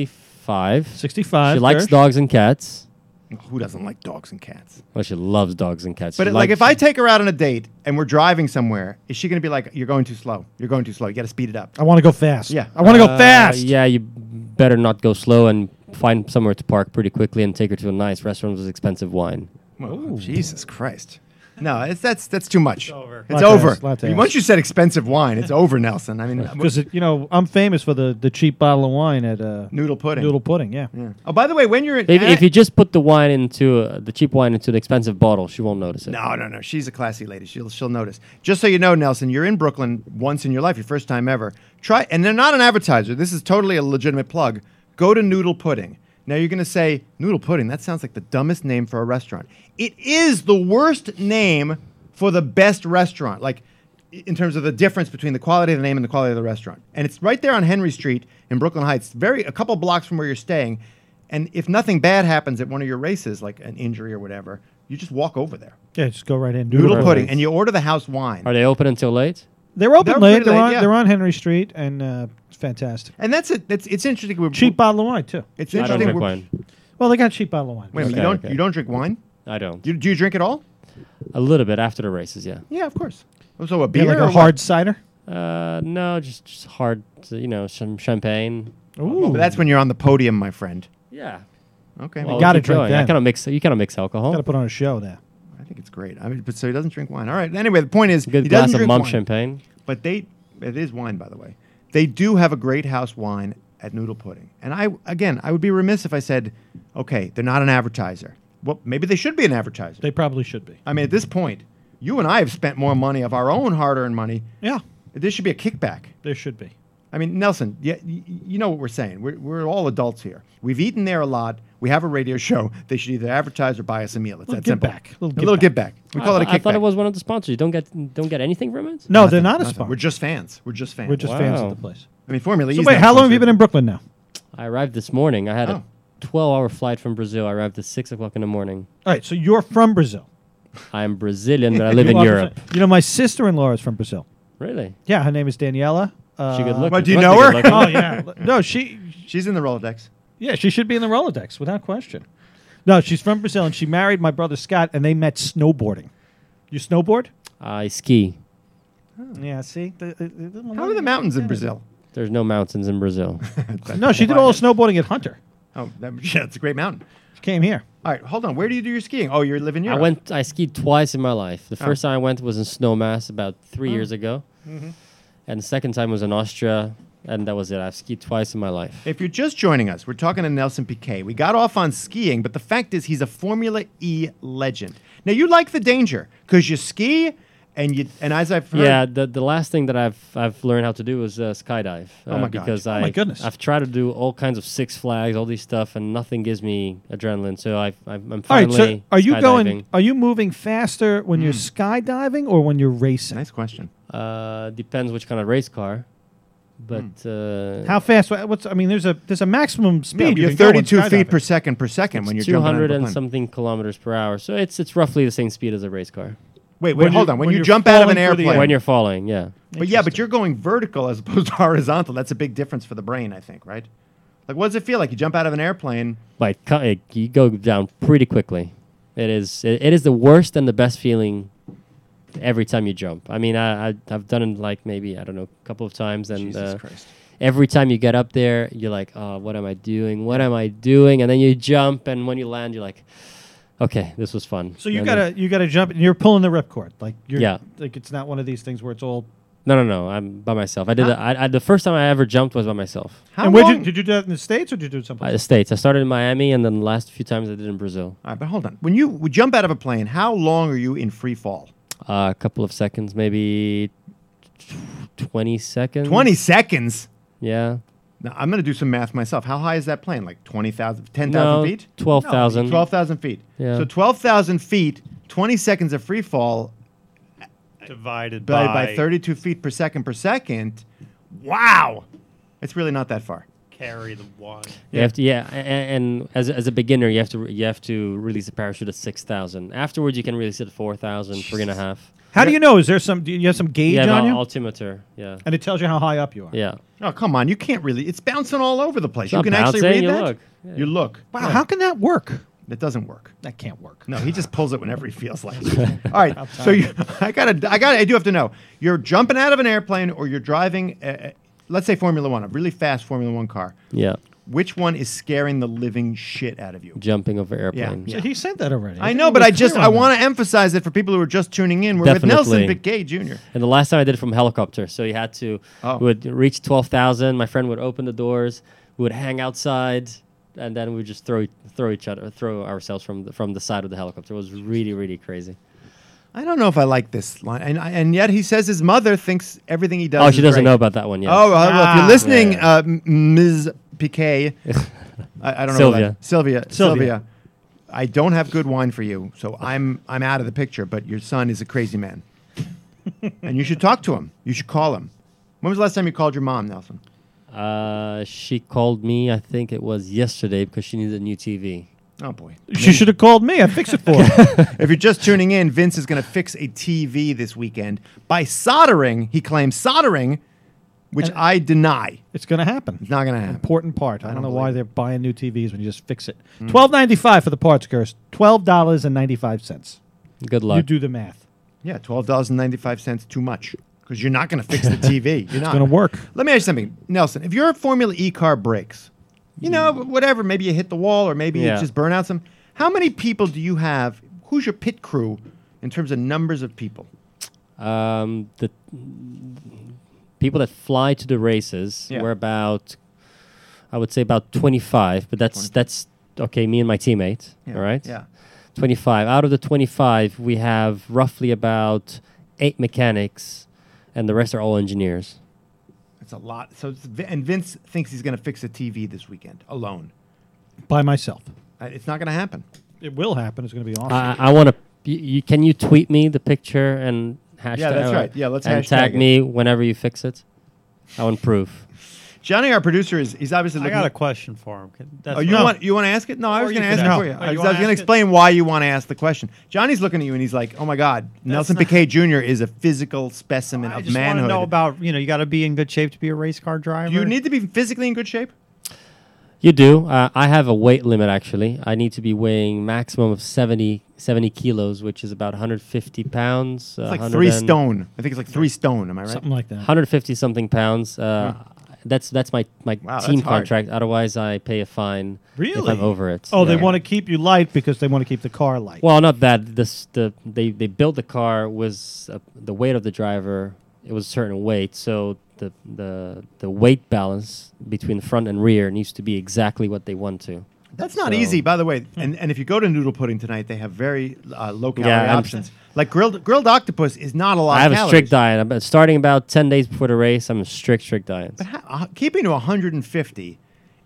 Speaker 3: sixty-five.
Speaker 2: 65.
Speaker 3: She likes
Speaker 2: Gersh.
Speaker 3: dogs and cats.
Speaker 1: Who doesn't like dogs and cats?
Speaker 3: Well, she loves dogs and cats.
Speaker 1: But
Speaker 3: She
Speaker 1: it- like,
Speaker 3: likes-
Speaker 1: if I take her out on a date and we're driving somewhere, is she going to be like, "You're going too slow. You're going too slow. You got to speed it up." Oh,
Speaker 2: I want to go fast.
Speaker 1: Yeah.
Speaker 2: I want to go
Speaker 3: Uh,
Speaker 2: fast.
Speaker 3: Yeah, you better not go slow and find somewhere to park pretty quickly and take her to a nice restaurant with expensive wine.
Speaker 1: Well, oh, Jesus Christ. No, it's, that's that's too much. It's
Speaker 4: over.
Speaker 1: It's
Speaker 2: Lot to
Speaker 1: over.
Speaker 2: ask, lot to
Speaker 1: I mean, once
Speaker 2: ask.
Speaker 1: you said expensive wine, it's over, Nelson. I mean,
Speaker 2: Because, you know, I'm famous for the, the cheap bottle of wine at uh,
Speaker 1: noodle pudding.
Speaker 2: Noodle Pudding, yeah.
Speaker 1: Yeah. Oh, by the way, when you're in,
Speaker 3: If, if you just put the wine into uh, the cheap wine into the expensive bottle, she won't notice it.
Speaker 1: No, no, no. She's a classy lady. She'll she'll notice. Just so you know, Nelson, you're in Brooklyn once in your life, your first time ever. Try, and they're not an advertiser. This is totally a legitimate plug. Go to Noodle Pudding. Now you're gonna say Noodle Pudding. That sounds like the dumbest name for a restaurant. It is the worst name for the best restaurant. Like i- in terms of the difference between the quality of the name and the quality of the restaurant. And it's right there on Henry Street in Brooklyn Heights, very a couple blocks from where you're staying. And if nothing bad happens at one of your races, like an injury or whatever, you just walk over there
Speaker 2: Yeah, just go right in.
Speaker 1: noodle
Speaker 3: Noodle
Speaker 1: pudding,
Speaker 3: pudding.
Speaker 1: and you order the house wine.
Speaker 3: Are they open until late?
Speaker 2: They're open
Speaker 1: They're
Speaker 2: late.
Speaker 1: pretty
Speaker 2: They're
Speaker 1: late,
Speaker 2: on,
Speaker 1: yeah.
Speaker 2: they're on Henry Street, and uh, it's fantastic.
Speaker 1: And that's it. That's it's interesting. We're,
Speaker 2: Cheap bottle of wine, too.
Speaker 1: It's
Speaker 3: I don't
Speaker 1: interesting.
Speaker 3: drink
Speaker 1: we're-
Speaker 3: wine.
Speaker 2: Well, they got cheap bottle of wine.
Speaker 1: Wait a minute.
Speaker 3: Okay,
Speaker 1: you don't
Speaker 3: okay.
Speaker 1: you don't drink wine?
Speaker 3: I don't.
Speaker 1: You, do you drink at all?
Speaker 3: A little bit after the races, yeah.
Speaker 1: Yeah, of course. Oh, So a
Speaker 2: Yeah,
Speaker 1: beer,
Speaker 2: like
Speaker 1: or
Speaker 2: a
Speaker 1: what?
Speaker 2: hard cider.
Speaker 3: Uh, no, just, just hard, to, you know, some champagne.
Speaker 2: Ooh.
Speaker 1: Oh, But that's when you're on the podium, my friend.
Speaker 3: Yeah.
Speaker 1: Okay,
Speaker 3: Well,
Speaker 2: gotta
Speaker 3: keep
Speaker 2: drink
Speaker 3: going. I
Speaker 2: that.
Speaker 3: cannot mix. You cannot mix
Speaker 2: Got
Speaker 3: alcohol.
Speaker 2: to put on a show there.
Speaker 1: I think it's great. I mean, but so he doesn't drink wine. All right. Anyway, the point is
Speaker 3: Good
Speaker 1: he
Speaker 3: glass
Speaker 1: doesn't
Speaker 3: of
Speaker 1: drink
Speaker 3: mom
Speaker 1: wine.
Speaker 3: champagne.
Speaker 1: But they it is wine, by the way. They do have a great house wine at Noodle Pudding, and I again I would be remiss if I said, okay, they're not an advertiser. Well, maybe they should be an advertiser.
Speaker 2: They probably should be.
Speaker 1: I mean, at this point, you and I have spent more money of our own hard-earned money
Speaker 2: Yeah,
Speaker 1: This should be a kickback.
Speaker 2: they should be.
Speaker 1: I mean, Nelson, yeah, y- you know what we're saying. We're, we're all adults here. We've eaten there a lot. We have a radio show. They should either advertise or buy us a meal. It's
Speaker 2: Little
Speaker 1: that simple.
Speaker 2: get-back. Little
Speaker 1: a little get back. We call
Speaker 3: I,
Speaker 1: it a
Speaker 3: I
Speaker 1: kickback.
Speaker 3: thought it was one of the sponsors. You don't get don't get anything from it.
Speaker 2: No, they're not a
Speaker 1: Nothing.
Speaker 2: sponsor.
Speaker 1: We're just fans. We're just fans.
Speaker 2: We're just fans
Speaker 3: Wow.
Speaker 2: of the place.
Speaker 1: I mean, Formula E.
Speaker 2: So
Speaker 1: is
Speaker 2: wait,
Speaker 1: not
Speaker 2: how long have you
Speaker 1: sponsored.
Speaker 2: been in Brooklyn now?
Speaker 3: I arrived this morning. I had
Speaker 1: Oh.
Speaker 3: a 12 hour flight from Brazil. I arrived at 6 o'clock in the morning.
Speaker 2: All right, so you're from Brazil.
Speaker 3: I'm Brazilian, but I live
Speaker 2: You
Speaker 3: in
Speaker 2: are
Speaker 3: Europe.
Speaker 2: Brazil- You know, my sister-in-law is from Brazil.
Speaker 3: Really?
Speaker 2: Yeah, her name is Daniela. Uh,
Speaker 3: She good looking.
Speaker 1: What, do you
Speaker 3: Must
Speaker 1: know
Speaker 3: be
Speaker 1: her?
Speaker 3: good looking.
Speaker 2: Oh yeah, no, she,
Speaker 1: She's in the Rolodex.
Speaker 2: yeah, she should be in the Rolodex without question. No, she's from Brazil, and she married my brother Scott, and they met snowboarding. You snowboard?
Speaker 3: I ski.
Speaker 2: Yeah. See, The- the- the-
Speaker 1: How are the mountains in Brazil?
Speaker 3: There's no mountains in Brazil.
Speaker 2: No, she did all snowboarding at Hunter.
Speaker 1: Oh, that, yeah, it's a great mountain.
Speaker 2: She came here.
Speaker 1: All right, hold on. Where do you do your skiing? Oh, you're living in
Speaker 3: I
Speaker 1: Europe.
Speaker 3: went. I skied twice in my life.
Speaker 1: Oh.
Speaker 3: The first time I went was in Snowmass about three years ago,
Speaker 1: Mm-hmm.
Speaker 3: and the second time was in Austria, and that was it. I've skied twice in my life.
Speaker 1: If you're just joining us, we're talking to Nelson Piquet. We got off on skiing, but the fact is he's a Formula E legend. Now you like the danger because you ski and you and as I've heard,
Speaker 3: Yeah, the, the last thing that I've I've learned how to do is uh, skydive.
Speaker 1: Oh
Speaker 3: uh,
Speaker 1: my God.
Speaker 3: Because I
Speaker 2: my goodness.
Speaker 3: I've tried to do all kinds of Six Flags, all these stuff, and nothing gives me adrenaline. So I I'm, I'm
Speaker 2: All right.
Speaker 3: finally
Speaker 2: So, are you
Speaker 3: skydiving.
Speaker 2: going? Are you moving faster when you're skydiving or when you're racing?
Speaker 1: Hmm. nice question.
Speaker 3: Uh, depends which kind of race car, but
Speaker 1: Hmm.
Speaker 3: uh,
Speaker 2: How fast? wha- What's? I mean, there's a there's a maximum speed.
Speaker 1: Yeah, you're
Speaker 2: you can go when
Speaker 1: 32 feet
Speaker 2: skydiving.
Speaker 1: per second per second when you're
Speaker 3: two
Speaker 1: jumping out of
Speaker 3: hundred
Speaker 1: a
Speaker 3: and
Speaker 1: plane.
Speaker 3: something kilometers per hour. So it's it's roughly the same speed as a race car.
Speaker 1: Wait, wait,
Speaker 2: when
Speaker 1: hold
Speaker 2: you-
Speaker 1: on. When,
Speaker 2: when
Speaker 1: you
Speaker 2: you're
Speaker 1: jump out of an
Speaker 2: falling through the air.
Speaker 1: airplane,
Speaker 3: When you're falling, yeah.
Speaker 1: but yeah, but you're going vertical as opposed to horizontal. That's a big difference for the brain, I think, right? Like, what does it feel like? You jump out of an airplane.
Speaker 3: But it, co- it, you go down pretty quickly. It is it, it is the worst and the best feeling every time you jump. I mean, I, I I've done it like maybe I don't know a couple of times, and
Speaker 1: Jesus
Speaker 3: uh,
Speaker 1: Christ.
Speaker 3: every time you get up there, you're like, oh, what am I doing? What am I doing? And then you jump, and when you land, you're like, okay, this was fun.
Speaker 2: So you
Speaker 3: And
Speaker 2: gotta you gotta jump and you're pulling the ripcord like you're
Speaker 3: Yeah.
Speaker 2: like it's not one of these things where it's all.
Speaker 3: then- no, no, no. I'm by myself. I did.
Speaker 1: Huh?
Speaker 3: the- I, I, the first time I ever jumped was by myself.
Speaker 1: How
Speaker 2: and where'd
Speaker 1: long-
Speaker 2: you did you do that in the states or did you do it
Speaker 3: Uh,
Speaker 2: someplace?
Speaker 3: the states. I started in Miami, and then the last few times I did in Brazil.
Speaker 1: All right, but hold on. When you would jump out of a plane, how long are you in free fall?
Speaker 3: Uh, a couple of seconds, maybe t- twenty
Speaker 2: Mm.
Speaker 3: seconds.
Speaker 1: 20 seconds.
Speaker 3: Yeah.
Speaker 1: Now, I'm going to do some math myself. How high is that plane? Like 20,000, 10,000
Speaker 3: No,
Speaker 1: feet?
Speaker 3: 12,000.
Speaker 1: 12,000 feet.
Speaker 3: Yeah.
Speaker 1: So 12,000 feet, 20 seconds of free fall
Speaker 4: Divided
Speaker 1: by,
Speaker 4: by,
Speaker 1: by 32 feet per second per second. Wow. It's really not that far.
Speaker 4: Carry the one.
Speaker 3: You have to, yeah, and, and as, as a beginner, you have to re- you have to release the parachute at six thousand. Afterwards, you can release it at 4,000, three and a half.
Speaker 2: How do you know? Is there some? Do you have some gauge
Speaker 3: Yeah,
Speaker 2: on
Speaker 3: the
Speaker 2: you?
Speaker 3: altimeter. Yeah,
Speaker 2: and it tells you how high up you are.
Speaker 3: yeah.
Speaker 1: Oh, come on. You can't really. It's bouncing all over the place.
Speaker 3: It's
Speaker 1: you
Speaker 3: not
Speaker 1: can actually
Speaker 3: bouncing,
Speaker 1: read
Speaker 3: you
Speaker 1: that?
Speaker 3: look. Yeah.
Speaker 1: You look.
Speaker 2: Wow, how can that work?
Speaker 1: That doesn't work.
Speaker 2: That can't work.
Speaker 1: No, he just pulls it whenever he feels like. it. All right, so you, I gotta, I gotta, I do have to know. You're jumping out of an airplane, or you're driving, uh, uh, let's say Formula One, a really fast Formula One car.
Speaker 3: Yeah,
Speaker 1: Which one is scaring the living shit out of you?
Speaker 3: jumping over airplanes.
Speaker 1: Yeah.
Speaker 2: So he said that already.
Speaker 1: I
Speaker 2: think
Speaker 1: know,
Speaker 2: he
Speaker 1: but
Speaker 2: was
Speaker 1: I just,
Speaker 2: clear
Speaker 1: I
Speaker 2: on that.
Speaker 1: want to emphasize it for people who are just tuning in. We're with Nelson
Speaker 3: Definitely.
Speaker 1: Piquet Jr.
Speaker 3: And the last time I did it from helicopter, so you had to
Speaker 1: Oh.
Speaker 3: would reach twelve thousand. My friend would open the doors, we would hang outside, and then we would just throw throw each other, throw ourselves from the, from the side of the helicopter. It was really really crazy.
Speaker 1: I don't know if I like this line, and I- and yet he says his mother thinks everything he does.
Speaker 3: Oh,
Speaker 1: is
Speaker 3: she doesn't
Speaker 1: great.
Speaker 3: know about that one yet.
Speaker 1: Oh, well, if you're
Speaker 2: Ah.
Speaker 1: listening,
Speaker 3: Yeah.
Speaker 1: uh, M- Ms. Piquet, I, I don't know
Speaker 3: Sylvia.
Speaker 1: that- Sylvia, Sylvia,
Speaker 2: Sylvia.
Speaker 1: I don't have good wine for you, so I'm I'm out of the picture. But your son is a crazy man, and you should talk to him. You should call him. When was the last time you called your mom, Nelson?
Speaker 3: Uh, she called me. I think it was yesterday because she needed a new TV.
Speaker 1: Oh boy!
Speaker 2: She should have called me. I fixed it for her.
Speaker 1: if you're just tuning in, Vince is going to fix a TV this weekend by soldering. He claims soldering, which I deny.
Speaker 2: it's going to happen.
Speaker 1: It's not going to happen.
Speaker 2: Important part. I, don't,
Speaker 1: don't
Speaker 2: know why
Speaker 1: believe
Speaker 2: they're buying new TVs when you just fix it.
Speaker 3: Hmm.
Speaker 2: Twelve ninety five for the parts, Curse. Twelve dollars and ninety five cents.
Speaker 3: Good
Speaker 2: You
Speaker 3: luck.
Speaker 2: do the math.
Speaker 1: Yeah, twelve dollars and ninety five cents too much because you're not going to fix the TV. You're not
Speaker 3: Ah.
Speaker 2: gonna work.
Speaker 1: Let me ask you something, Nelson. If your Formula E car breaks, you know whatever, maybe you hit the wall or maybe
Speaker 3: Mm. Yeah.
Speaker 1: you just burn out some. How many people do you have? Who's your pit crew in terms of numbers of people?
Speaker 3: Um, the people that fly to the races
Speaker 1: Yeah.
Speaker 3: were about, I would say about 25, but that's that's okay. Me and my teammate.
Speaker 1: Yeah.
Speaker 3: All right.
Speaker 1: Yeah.
Speaker 3: 25. Out of the 25, we have roughly about eight mechanics, and the rest are all engineers.
Speaker 1: That's a lot. So, it's, and Vince thinks he's going to fix a TV this weekend alone.
Speaker 2: By myself.
Speaker 1: Uh, It's not going to happen.
Speaker 2: It will happen. It's going to be awesome.
Speaker 3: I, I want to. You, you can you tweet me the picture and hashtag.
Speaker 1: that's
Speaker 3: uh,
Speaker 1: right. Yeah, let's
Speaker 3: and
Speaker 1: hashtag
Speaker 3: tag
Speaker 1: it.
Speaker 3: me whenever you fix it. I want proof.
Speaker 1: Johnny, our producer, is he's obviously
Speaker 4: I
Speaker 1: looking.
Speaker 4: got a question for him. Can- That's
Speaker 1: Oh, you
Speaker 4: no.
Speaker 1: want you want to ask it? No, I
Speaker 4: Or
Speaker 1: was
Speaker 4: you
Speaker 1: going to
Speaker 4: could
Speaker 1: ask it
Speaker 4: ask
Speaker 1: for
Speaker 4: it.
Speaker 1: you.
Speaker 4: Oh,
Speaker 1: I was, I
Speaker 4: you wanna
Speaker 1: was going to
Speaker 4: ask it?
Speaker 1: explain why you want to ask the question. Johnny's looking at you and he's like, "Oh my God, Nelson
Speaker 4: not-
Speaker 1: Piquet Jr. is a physical specimen
Speaker 4: I
Speaker 1: of
Speaker 4: just want to
Speaker 1: manhood."
Speaker 4: know about you know you got to be in good shape to be a race car driver.
Speaker 1: Do you need to be physically in good shape?
Speaker 3: You do. Uh, I have a weight limit actually. I need to be weighing maximum of 70, 70 kilos, which is about 150
Speaker 1: It's
Speaker 3: pounds.
Speaker 1: like three stone. I think it's like three stone.
Speaker 3: Uh,
Speaker 1: Am I right?
Speaker 2: Something like that.
Speaker 3: 150 something pounds. Uh, That's that's my my
Speaker 1: Wow, that's
Speaker 3: team
Speaker 1: hard.
Speaker 3: contract. Otherwise, I pay a fine if
Speaker 4: Really?
Speaker 3: I'm over it.
Speaker 2: Oh, they
Speaker 3: Yeah.
Speaker 2: want to keep you light because they want to keep the car light.
Speaker 3: Well, not that. This the they they built the car was uh, the weight of the driver. It was a certain weight, so the the the weight balance between front and rear needs to be exactly what they want to.
Speaker 1: That's not
Speaker 3: So- Hmm.
Speaker 1: easy, by the way. And and if you go to noodle pudding tonight, they have very uh, low calorie
Speaker 3: Yeah, I
Speaker 1: options. Like grilled grilled octopus is not a lot.
Speaker 3: I
Speaker 1: of
Speaker 3: have a
Speaker 1: calories.
Speaker 3: strict diet. I'm about- starting about ten days before the race. I'm a strict strict diet.
Speaker 1: But ha- uh, keeping to 150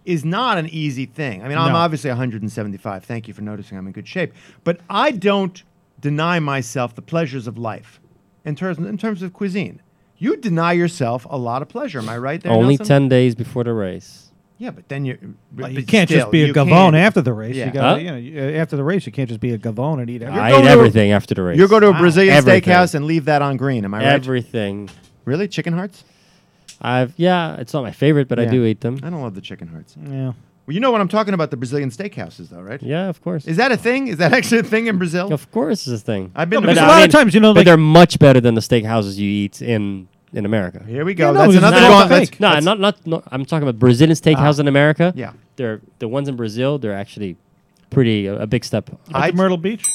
Speaker 1: is not an easy thing. I mean, I'm
Speaker 2: No.
Speaker 1: obviously 175. Thank you for noticing I'm in good shape. But I don't deny myself the pleasures of life in terms, in terms of cuisine. You deny yourself a lot of pleasure. Am I right there?
Speaker 3: Only
Speaker 1: Nelson?
Speaker 3: ten days before the race.
Speaker 1: Yeah, but then you're.
Speaker 2: Well,
Speaker 1: but
Speaker 2: you can't
Speaker 1: still,
Speaker 2: just be a
Speaker 1: you
Speaker 2: gavone
Speaker 1: can-
Speaker 2: after the race.
Speaker 1: Yeah.
Speaker 2: You gotta,
Speaker 3: Huh?
Speaker 2: you know, you- after the race, you can't just be a gavone and eat everything.
Speaker 3: I
Speaker 1: going
Speaker 3: ate
Speaker 1: to-
Speaker 3: everything after the race.
Speaker 1: You go to a
Speaker 2: Wow.
Speaker 1: Brazilian
Speaker 3: Everything.
Speaker 1: steakhouse and leave that on green. Am I right?
Speaker 3: everything.
Speaker 1: really? Chicken hearts?
Speaker 3: I've yeah. It's not my favorite, but I
Speaker 1: Yeah.
Speaker 3: do eat them.
Speaker 1: I don't love the chicken hearts.
Speaker 2: yeah.
Speaker 1: Well, you know what I'm talking about the Brazilian steakhouses, though, right?
Speaker 3: Yeah, of course.
Speaker 1: Is that a thing? Is that actually a thing in Brazil?
Speaker 3: Of course, it's a thing.
Speaker 1: I've been
Speaker 2: No,
Speaker 1: to
Speaker 2: because
Speaker 1: Brazil.
Speaker 2: a lot of times, you know,
Speaker 3: but
Speaker 2: like-
Speaker 3: they're much better than the steakhouses you eat in in America.
Speaker 1: Here we go.
Speaker 2: Yeah, no,
Speaker 1: that's
Speaker 2: it's
Speaker 1: another
Speaker 2: not
Speaker 1: gaunt-
Speaker 2: a fake.
Speaker 1: that's-
Speaker 3: No,
Speaker 1: that's- Ah.
Speaker 3: not, not not. I'm talking about Brazilian steakhouse in America.
Speaker 1: yeah.
Speaker 3: they're the ones in Brazil. They're actually pretty a, a big step.
Speaker 2: At
Speaker 1: I-
Speaker 2: the Myrtle Beach.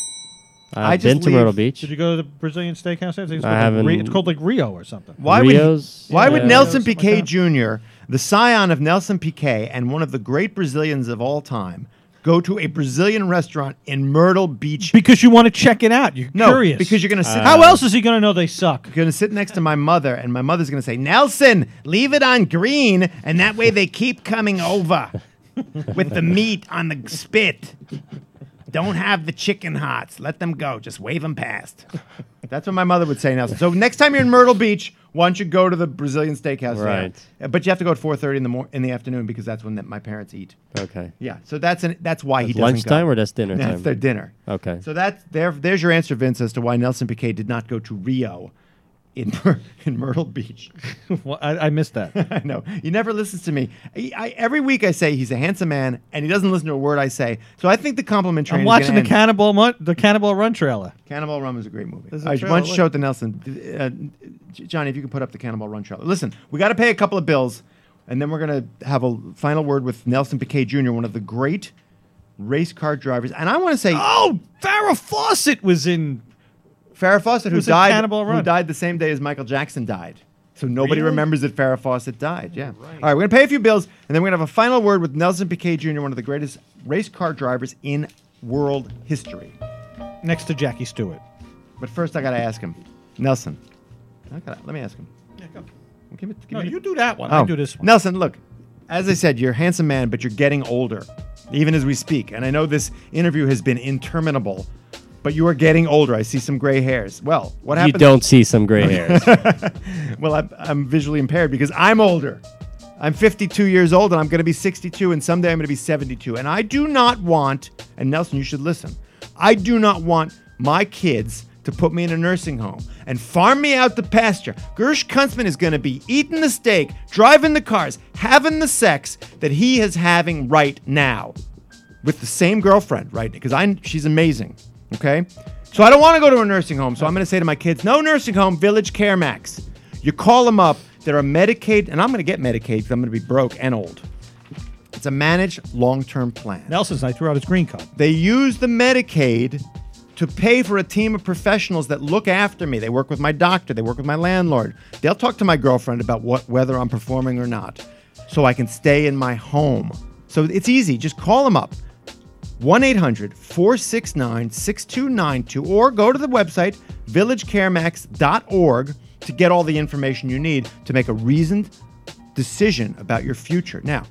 Speaker 1: I
Speaker 3: I've
Speaker 1: just
Speaker 3: been to Myrtle
Speaker 1: leave-
Speaker 3: Beach.
Speaker 2: Did you go to the Brazilian steakhouse? I think it's called, like
Speaker 3: I
Speaker 2: Re-
Speaker 3: haven't-
Speaker 2: it's called like Rio or something.
Speaker 1: Why
Speaker 3: Rios,
Speaker 1: would Why would
Speaker 3: yeah.
Speaker 1: Nelson
Speaker 2: Something like
Speaker 1: Piquet
Speaker 2: that.
Speaker 1: Jr., the scion of Nelson Piquet and one of the great Brazilians of all time, go to a Brazilian restaurant in Myrtle Beach?
Speaker 2: Because you want to check it out. You're
Speaker 1: no,
Speaker 2: curious. Uh,
Speaker 1: because you're gonna sit.
Speaker 2: How else is he going to know they suck?
Speaker 1: You're gonna sit next to my mother, and my mother's gonna say, "Nelson, leave it on green, and that way they keep coming over with the meat on the spit. Don't have the chicken hots. Let them go. Just wave them past." That's what my mother would say, Nelson. So next time you're in Myrtle Beach, why don't you go to the Brazilian steakhouse? there?
Speaker 3: Right.
Speaker 1: Uh, But you have to go at 4:30 in the mor- in the afternoon because that's when that my parents eat.
Speaker 3: Okay.
Speaker 1: Yeah. So that's an, that's why he doesn't
Speaker 3: Lunchtime
Speaker 1: go.
Speaker 3: or that's dinner
Speaker 1: That's
Speaker 3: time?
Speaker 1: their dinner.
Speaker 3: Okay.
Speaker 1: So that's there. There's your answer, Vince, as to why Nelson Piquet did not go to Rio, in Myr- in Myrtle Beach.
Speaker 2: well, I, I missed that.
Speaker 1: I know he never listens to me. I, I, every week I say he's a handsome man, and he doesn't listen to a word I say. So I think the compliment train.
Speaker 2: I'm
Speaker 1: is
Speaker 2: watching
Speaker 1: gonna
Speaker 2: the
Speaker 1: end.
Speaker 2: Cannibal Mon- the Cannibal Run trailer.
Speaker 1: Cannibal Run is a great movie.
Speaker 2: There's a
Speaker 1: I
Speaker 2: trailer,
Speaker 1: once
Speaker 2: look.
Speaker 1: showed it to Nelson. Uh, J- Johnny, if you can put up the Cannibal Run trailer. Listen, we got to pay a couple of bills, and then we're going to have a final word with Nelson Piquet Jr., one of the great race car drivers. And I want to say,
Speaker 2: Oh, Farrah Fawcett was in.
Speaker 1: Farrah Fawcett, who
Speaker 2: Was it
Speaker 1: died,
Speaker 2: Cannibal
Speaker 1: who
Speaker 2: Run?
Speaker 1: died the same day as Michael Jackson died. So nobody
Speaker 2: Really?
Speaker 1: remembers that Farrah Fawcett died. Yeah. All right, we're gonna pay a few bills, and then we're gonna have a final word with Nelson Piquet Jr., one of the greatest race car drivers in world history.
Speaker 2: Next to Jackie Stewart.
Speaker 1: But first, I gotta ask him, Nelson. I gotta, let me ask him. Give it, give
Speaker 2: No,
Speaker 1: me the-
Speaker 2: you do that one.
Speaker 1: Oh.
Speaker 2: I do this one.
Speaker 1: Nelson, look, as I said, you're a handsome man, but you're getting older, even as we speak. And I know this interview has been interminable, but you are getting older. I see some gray hairs. Well, what
Speaker 3: You
Speaker 1: happened?
Speaker 3: don't see some gray hairs.
Speaker 1: Well, I'm, I'm visually impaired because I'm older. I'm 52 years old and I'm going to be 62, and someday I'm going to be 72. And I do not want, and Nelson, you should listen, I do not want my kids to put me in a nursing home and farm me out to pasture. Gersh Kunstman is going to be eating the steak, driving the cars, having the sex that he is having right now with the same girlfriend, right? Because I she's amazing. Okay, so I don't want to go to a nursing home. So I'm going to say to my kids, no nursing home, Village Care Max. You call them up. They're a Medicaid, and I'm going to get Medicaid because I'm going to be broke and old. It's a managed long-term plan.
Speaker 2: Nelson's. I threw out his green card.
Speaker 1: They use the Medicaid to pay for a team of professionals that look after me. They work with my doctor, they work with my landlord. They'll talk to my girlfriend about what whether I'm performing or not so I can stay in my home. So it's easy, just call them up. 1-800-469-6292 or go to the website villagecaremax.org to get all the information you need to make a reasoned decision about your future. Now,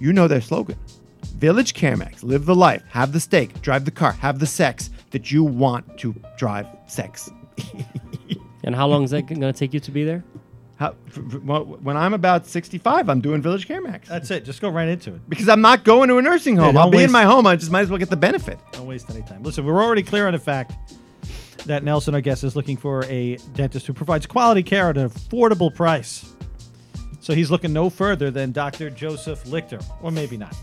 Speaker 1: you know their slogan. Village Caremax, live the life, have the steak, drive the car, have the sex that you want to drive sex.
Speaker 3: and how long is that going to take you to be there?
Speaker 1: How, f- f- well, when I'm about 65, I'm doing Village Caremax.
Speaker 2: That's it. Just go right into it.
Speaker 1: because I'm not going to a nursing home.
Speaker 2: Uh, don't
Speaker 1: I'll be in
Speaker 2: waste-
Speaker 1: my home. I just might as well get the benefit.
Speaker 2: Don't waste any time. Listen, we're already clear on the fact that Nelson, our guest, is looking for a dentist who provides quality care at an affordable price. So he's looking no further than Dr. Joseph Lichter, or maybe not.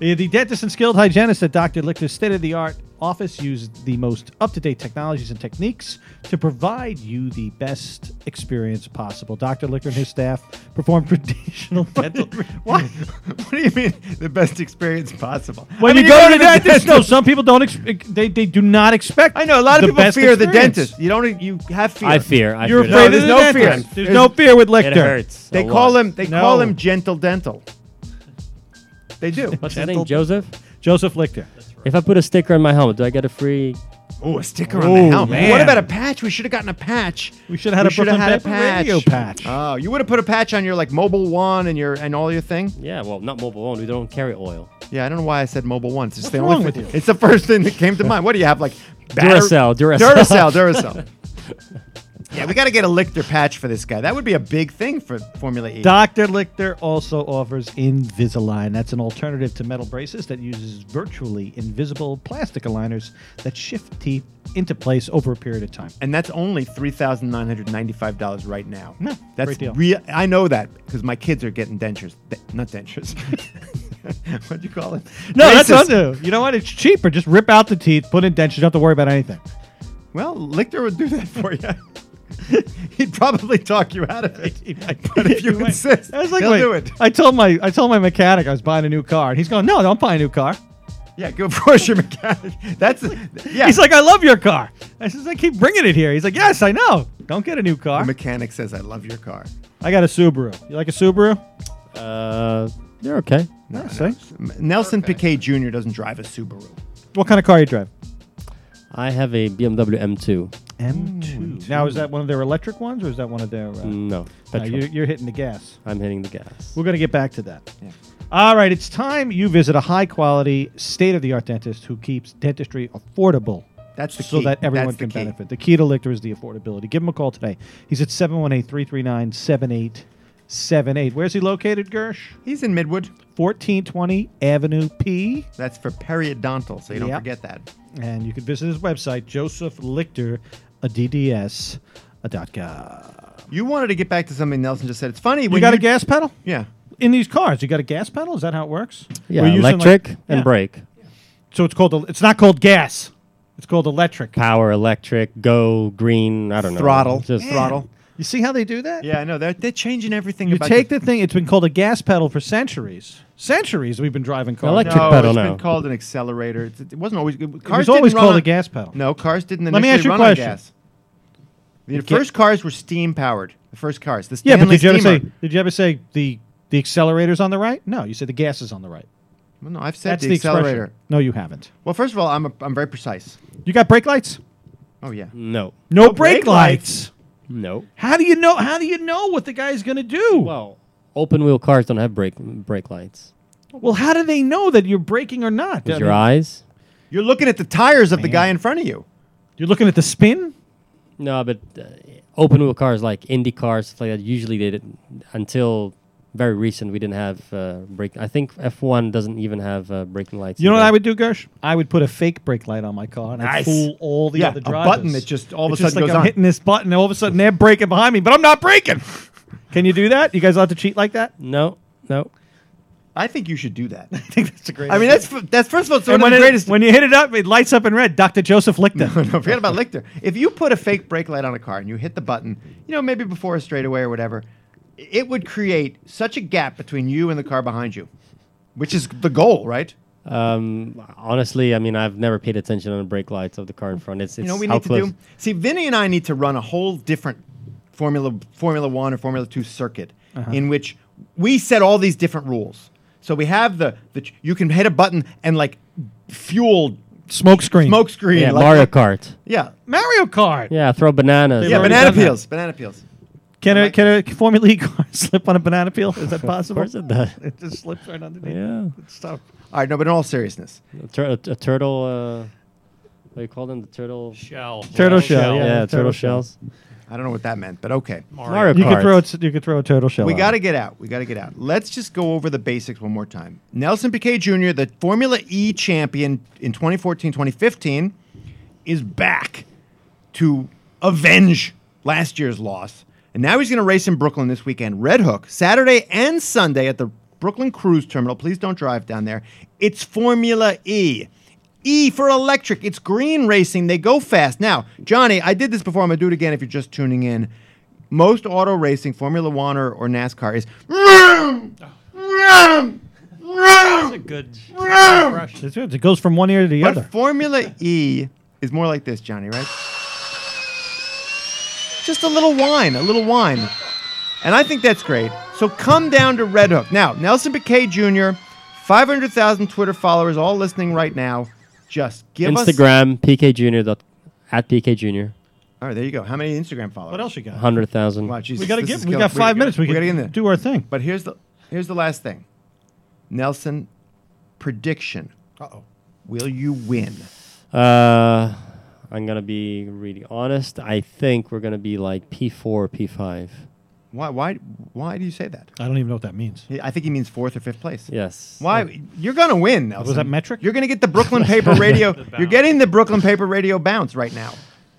Speaker 2: The, the dentist and skilled hygienist at Dr. Lichter's state of the art office use the most up to date technologies and techniques to provide you the best experience possible. Dr. Lichter and his staff perform traditional dental.
Speaker 1: What? what do you mean the best experience possible?
Speaker 2: When
Speaker 1: I mean,
Speaker 2: you go to
Speaker 1: the
Speaker 2: dentist, no, some people don't. Ex- they, they do not expect.
Speaker 1: I know a lot of
Speaker 2: the
Speaker 1: people
Speaker 2: best
Speaker 1: fear the
Speaker 2: experience.
Speaker 1: dentist. You don't. e, You have fear.
Speaker 3: I fear. I
Speaker 2: You're
Speaker 3: fear
Speaker 2: afraid
Speaker 1: No,
Speaker 2: of the
Speaker 3: that.
Speaker 1: there's no fear.
Speaker 2: dentist. There's
Speaker 1: There's-
Speaker 2: no fear with
Speaker 3: It
Speaker 2: Lictor.
Speaker 3: hurts.
Speaker 1: They
Speaker 3: a
Speaker 1: call
Speaker 3: lot.
Speaker 1: him. They call
Speaker 2: No.
Speaker 1: him gentle dental. They do.
Speaker 3: What's his name? Joseph.
Speaker 2: Joseph Lichter.
Speaker 3: If I put a sticker on my helmet, do I get a free?
Speaker 1: Oh, a sticker on the helmet.
Speaker 2: man.
Speaker 1: What about a patch? We should have gotten a patch.
Speaker 2: We should have had a
Speaker 1: should
Speaker 2: Brooklyn Pepper radio patch.
Speaker 1: Oh, you would have put a patch on your like mobile one and your and all your thing.
Speaker 3: Yeah, well, not mobile owned. We don't carry oil.
Speaker 1: Yeah, I don't know why I said mobile one. It's just the
Speaker 2: What's
Speaker 1: only
Speaker 2: wrong with
Speaker 1: thing-
Speaker 2: you?
Speaker 1: It's the first thing that came to mind. What do you have like batter-
Speaker 3: Duracell, Duracell.
Speaker 1: Duracell, Duracell. yeah, we got to get a Lichter patch for this guy. That would be a big thing for Formula E.
Speaker 2: Dr. Lichter also offers Invisalign. That's an alternative to metal braces that uses virtually invisible plastic aligners that shift teeth into place over a period of time.
Speaker 1: and that's only three thousand nine hundred ninety-five dollars right now.
Speaker 2: Yeah,
Speaker 1: that's
Speaker 2: great deal.
Speaker 1: real. I know that because my kids are getting dentures, De- not dentures. What'd you call it?
Speaker 2: No, that's
Speaker 1: Braces.
Speaker 2: not You know what? It's cheaper. Just rip out the teeth, put in dentures. You don't have to worry about anything.
Speaker 1: Well, Lichter would do that for you. He'd probably talk you out of it. But if you
Speaker 2: Anyway,
Speaker 1: insist,
Speaker 2: I was like,
Speaker 1: he'll
Speaker 2: wait.
Speaker 1: do it.
Speaker 2: I told my I told my mechanic I was buying a new car, and he's going, "No, don't buy a new car."
Speaker 1: Yeah, go force your mechanic. That's yeah.
Speaker 2: He's like, "I love your car." I says, "I keep bringing it here." He's like, "Yes, I know. Don't get a new
Speaker 1: the
Speaker 2: car.
Speaker 1: mechanic says, "I love your car."
Speaker 2: I got a Subaru. You like a Subaru?" eh?
Speaker 3: Uh, they're okay.
Speaker 1: No,
Speaker 2: Yeah,
Speaker 1: no.
Speaker 2: see?
Speaker 1: Nelson Piquet Jr. doesn't drive a Subaru.
Speaker 2: What kind of car you drive?
Speaker 3: I have a BMW M2.
Speaker 2: M2. Hmm. Now, is that one of their electric ones or is that one of their. Uh,
Speaker 1: Mm,
Speaker 3: No,
Speaker 2: no,
Speaker 3: petrol.
Speaker 2: you're, you're hitting the gas.
Speaker 3: I'm hitting the gas.
Speaker 2: We're going to get back to that. All right, it's time you visit a high quality, state of the art dentist who keeps dentistry affordable.
Speaker 1: That's the
Speaker 2: so
Speaker 1: key.
Speaker 2: that everyone
Speaker 1: That's the
Speaker 2: can
Speaker 1: key.
Speaker 2: benefit. The key to Lictor is the affordability. Give him a call today. He's at 718 339 7878. Where's he located, Gersh?
Speaker 1: He's in Midwood.
Speaker 2: 1420 Avenue P.
Speaker 1: That's for periodontal, so you don't
Speaker 2: Yep.
Speaker 1: forget that.
Speaker 2: And you can visit his website, Joseph Lichter, a DDS. Dot com.
Speaker 1: You wanted to get back to something Nelson just said. It's funny
Speaker 2: You
Speaker 1: when
Speaker 2: got
Speaker 1: you
Speaker 2: a gas pedal?
Speaker 1: Yeah.
Speaker 2: in these cars. You got a gas pedal. Is that how it works?
Speaker 3: yeah,
Speaker 2: We're using, like-
Speaker 3: electric and
Speaker 2: yeah.
Speaker 3: brake.
Speaker 2: So it's called. el- It's not called gas. It's called electric.
Speaker 3: Power, electric, go, green. I don't know.
Speaker 1: Throttle.
Speaker 3: Just
Speaker 1: Throttle.
Speaker 2: You see how they do that?
Speaker 1: Yeah, I know. They're, they're changing everything.
Speaker 2: You
Speaker 1: about
Speaker 2: take the thing. It's been called a gas pedal for centuries. Centuries we've been driving cars.
Speaker 1: no,
Speaker 3: Electric
Speaker 2: Now,
Speaker 3: pedal
Speaker 1: it's
Speaker 3: now.
Speaker 1: been called an accelerator. It's, it wasn't always. Cars
Speaker 2: It was
Speaker 1: didn't
Speaker 2: always
Speaker 1: run
Speaker 2: called
Speaker 1: on-
Speaker 2: a gas pedal.
Speaker 1: No, cars didn't
Speaker 2: Let me
Speaker 1: initially
Speaker 2: ask you a
Speaker 1: run
Speaker 2: question.
Speaker 1: on gas. The
Speaker 2: ga-
Speaker 1: first cars were steam powered. The first cars. The
Speaker 2: Yeah, but
Speaker 1: Stanley
Speaker 2: did you ever
Speaker 1: steamer.
Speaker 2: say? Did you ever say the the accelerator's on the right? No, you said the gas is on the right.
Speaker 1: Well, no, I've said
Speaker 2: That's
Speaker 1: the,
Speaker 2: the expression.
Speaker 1: accelerator.
Speaker 2: No, you haven't.
Speaker 1: Well, first of all, I'm, a, I'm very precise.
Speaker 2: You got brake lights?
Speaker 1: Oh, yeah.
Speaker 3: No.
Speaker 2: No,
Speaker 1: brake
Speaker 2: brake, lights.
Speaker 3: No.
Speaker 2: How do you know? How do you know what the guy's gonna do?
Speaker 3: Well, open wheel cars don't have brake brake lights.
Speaker 2: well, how do they know that you're braking or not?
Speaker 3: With
Speaker 2: I
Speaker 3: your
Speaker 2: mean,
Speaker 3: eyes?
Speaker 1: You're looking at the tires of the guy in front of you.
Speaker 2: You're looking at the spin.
Speaker 3: No, but uh, open wheel cars like Indy cars, stuff like that, usually they didn't until very recent. We didn't have uh, brake. I think F1 doesn't even have uh, braking lights.
Speaker 2: You know what
Speaker 3: either.
Speaker 2: I would do, Gersh? I would put a fake brake light on my car and I'd
Speaker 1: Nice.
Speaker 2: fool all the
Speaker 1: Yeah,
Speaker 2: other
Speaker 1: a
Speaker 2: drivers.
Speaker 1: button that just all of a
Speaker 2: It's just
Speaker 1: sudden
Speaker 2: like
Speaker 1: goes
Speaker 2: I'm
Speaker 1: on.
Speaker 2: hitting this button, and all of a sudden they're braking behind me, but I'm not braking. Can you do that? You guys allowed to cheat like that?
Speaker 3: No, no.
Speaker 1: I think you should do that.
Speaker 2: I think that's a great.
Speaker 1: I mean,
Speaker 2: idea.
Speaker 1: that's f- that's first of all, it's
Speaker 2: and
Speaker 1: one of
Speaker 2: when,
Speaker 1: the
Speaker 2: it-
Speaker 1: greatest.
Speaker 2: when you hit it up, it lights up in red. Dr. Joseph Lichter.
Speaker 1: no, forget about Lichter. If you put a fake brake light on a car and you hit the button, you know, maybe before a straightaway or whatever, it would create such a gap between you and the car behind you, which is the goal, right?
Speaker 3: Um, honestly, I mean, I've never paid attention on the brake lights of the car in front. It's, it's
Speaker 1: You know, what we
Speaker 3: how
Speaker 1: need to
Speaker 3: close.
Speaker 1: do. See, Vinny and I need to run a whole different Formula Formula One or Formula Two circuit
Speaker 3: Uh-huh.
Speaker 1: in which we set all these different rules. So we have the the ch- you can hit a button and like fuel
Speaker 2: Smoke screen.
Speaker 1: smoke screen.
Speaker 3: Yeah,
Speaker 1: like-
Speaker 3: Mario Kart.
Speaker 1: Yeah,
Speaker 2: Mario Kart.
Speaker 3: Yeah, throw bananas.
Speaker 2: They've
Speaker 1: yeah,
Speaker 2: already
Speaker 1: banana
Speaker 2: done that.
Speaker 1: peels, banana peels.
Speaker 2: Can a
Speaker 1: like-
Speaker 2: can a Formula E car slip on a banana peel? Is that
Speaker 3: Of
Speaker 2: possible?
Speaker 3: course it does.
Speaker 2: it just slips right underneath.
Speaker 3: yeah,
Speaker 2: It's tough.
Speaker 1: All right, no, but in all seriousness,
Speaker 3: a, tur- a, a turtle. Uh, what do you call them? The turtle.
Speaker 4: Shell.
Speaker 2: Turtle shell,
Speaker 3: Yeah,
Speaker 2: yeah,
Speaker 3: turtle,
Speaker 2: turtle
Speaker 3: shells.
Speaker 1: I don't know what that meant, but okay.
Speaker 3: Mario
Speaker 2: You could
Speaker 3: Kart.
Speaker 2: throw a, you could throw a turtle shell.
Speaker 1: We
Speaker 2: out.
Speaker 1: got to get out. We got to get out. Let's just go over the basics one more time. Nelson Piquet Jr., the Formula E champion in 2014 2015, is back to avenge last year's loss And now he's going to race in Brooklyn this weekend. Red Hook, Saturday and Sunday at the Brooklyn Cruise Terminal. Please don't drive down there. It's Formula E. E for electric. It's green racing. They go fast. Now, Johnny, I did this before. I'm going to do it again if you're just tuning in. Most auto racing, Formula One or, or NASCAR, is. "Vroom, vroom, vroom."
Speaker 4: That's a good
Speaker 2: It's- It goes from one ear to the
Speaker 1: But
Speaker 2: other.
Speaker 1: Formula E is more like this, Johnny, right? Just a little wine, a little wine. And I think that's great. So come down to Red Hook. Now, Nelson Piquet Jr., 500,000 Twitter followers, all listening right now. Just give us.
Speaker 3: Instagram, pkjr. Dot, at pkjr.
Speaker 1: All right, there you go. How many Instagram followers?
Speaker 2: What else you got?
Speaker 3: 100,000.
Speaker 1: Wow, Oh, Jesus,
Speaker 2: We got to
Speaker 1: this is
Speaker 2: get. We
Speaker 1: killing-
Speaker 2: got five minutes. We,
Speaker 1: we got to
Speaker 2: can
Speaker 1: get in there.
Speaker 2: do our thing.
Speaker 1: But here's the here's the last thing. Nelson, prediction. Uh oh. Will you win?
Speaker 3: Uh, I'm going to be really honest. I think we're going to be like P4 or P5.
Speaker 1: Why why why do you say that?
Speaker 2: I don't even know what that means.
Speaker 1: He- I think he means fourth or fifth place.
Speaker 3: Yes.
Speaker 1: Why you're gonna win? Nelson.
Speaker 2: Was that metric?
Speaker 1: You're gonna get the Brooklyn Paper Radio. you're
Speaker 4: bounce.
Speaker 1: getting the Brooklyn Paper Radio bounce right now.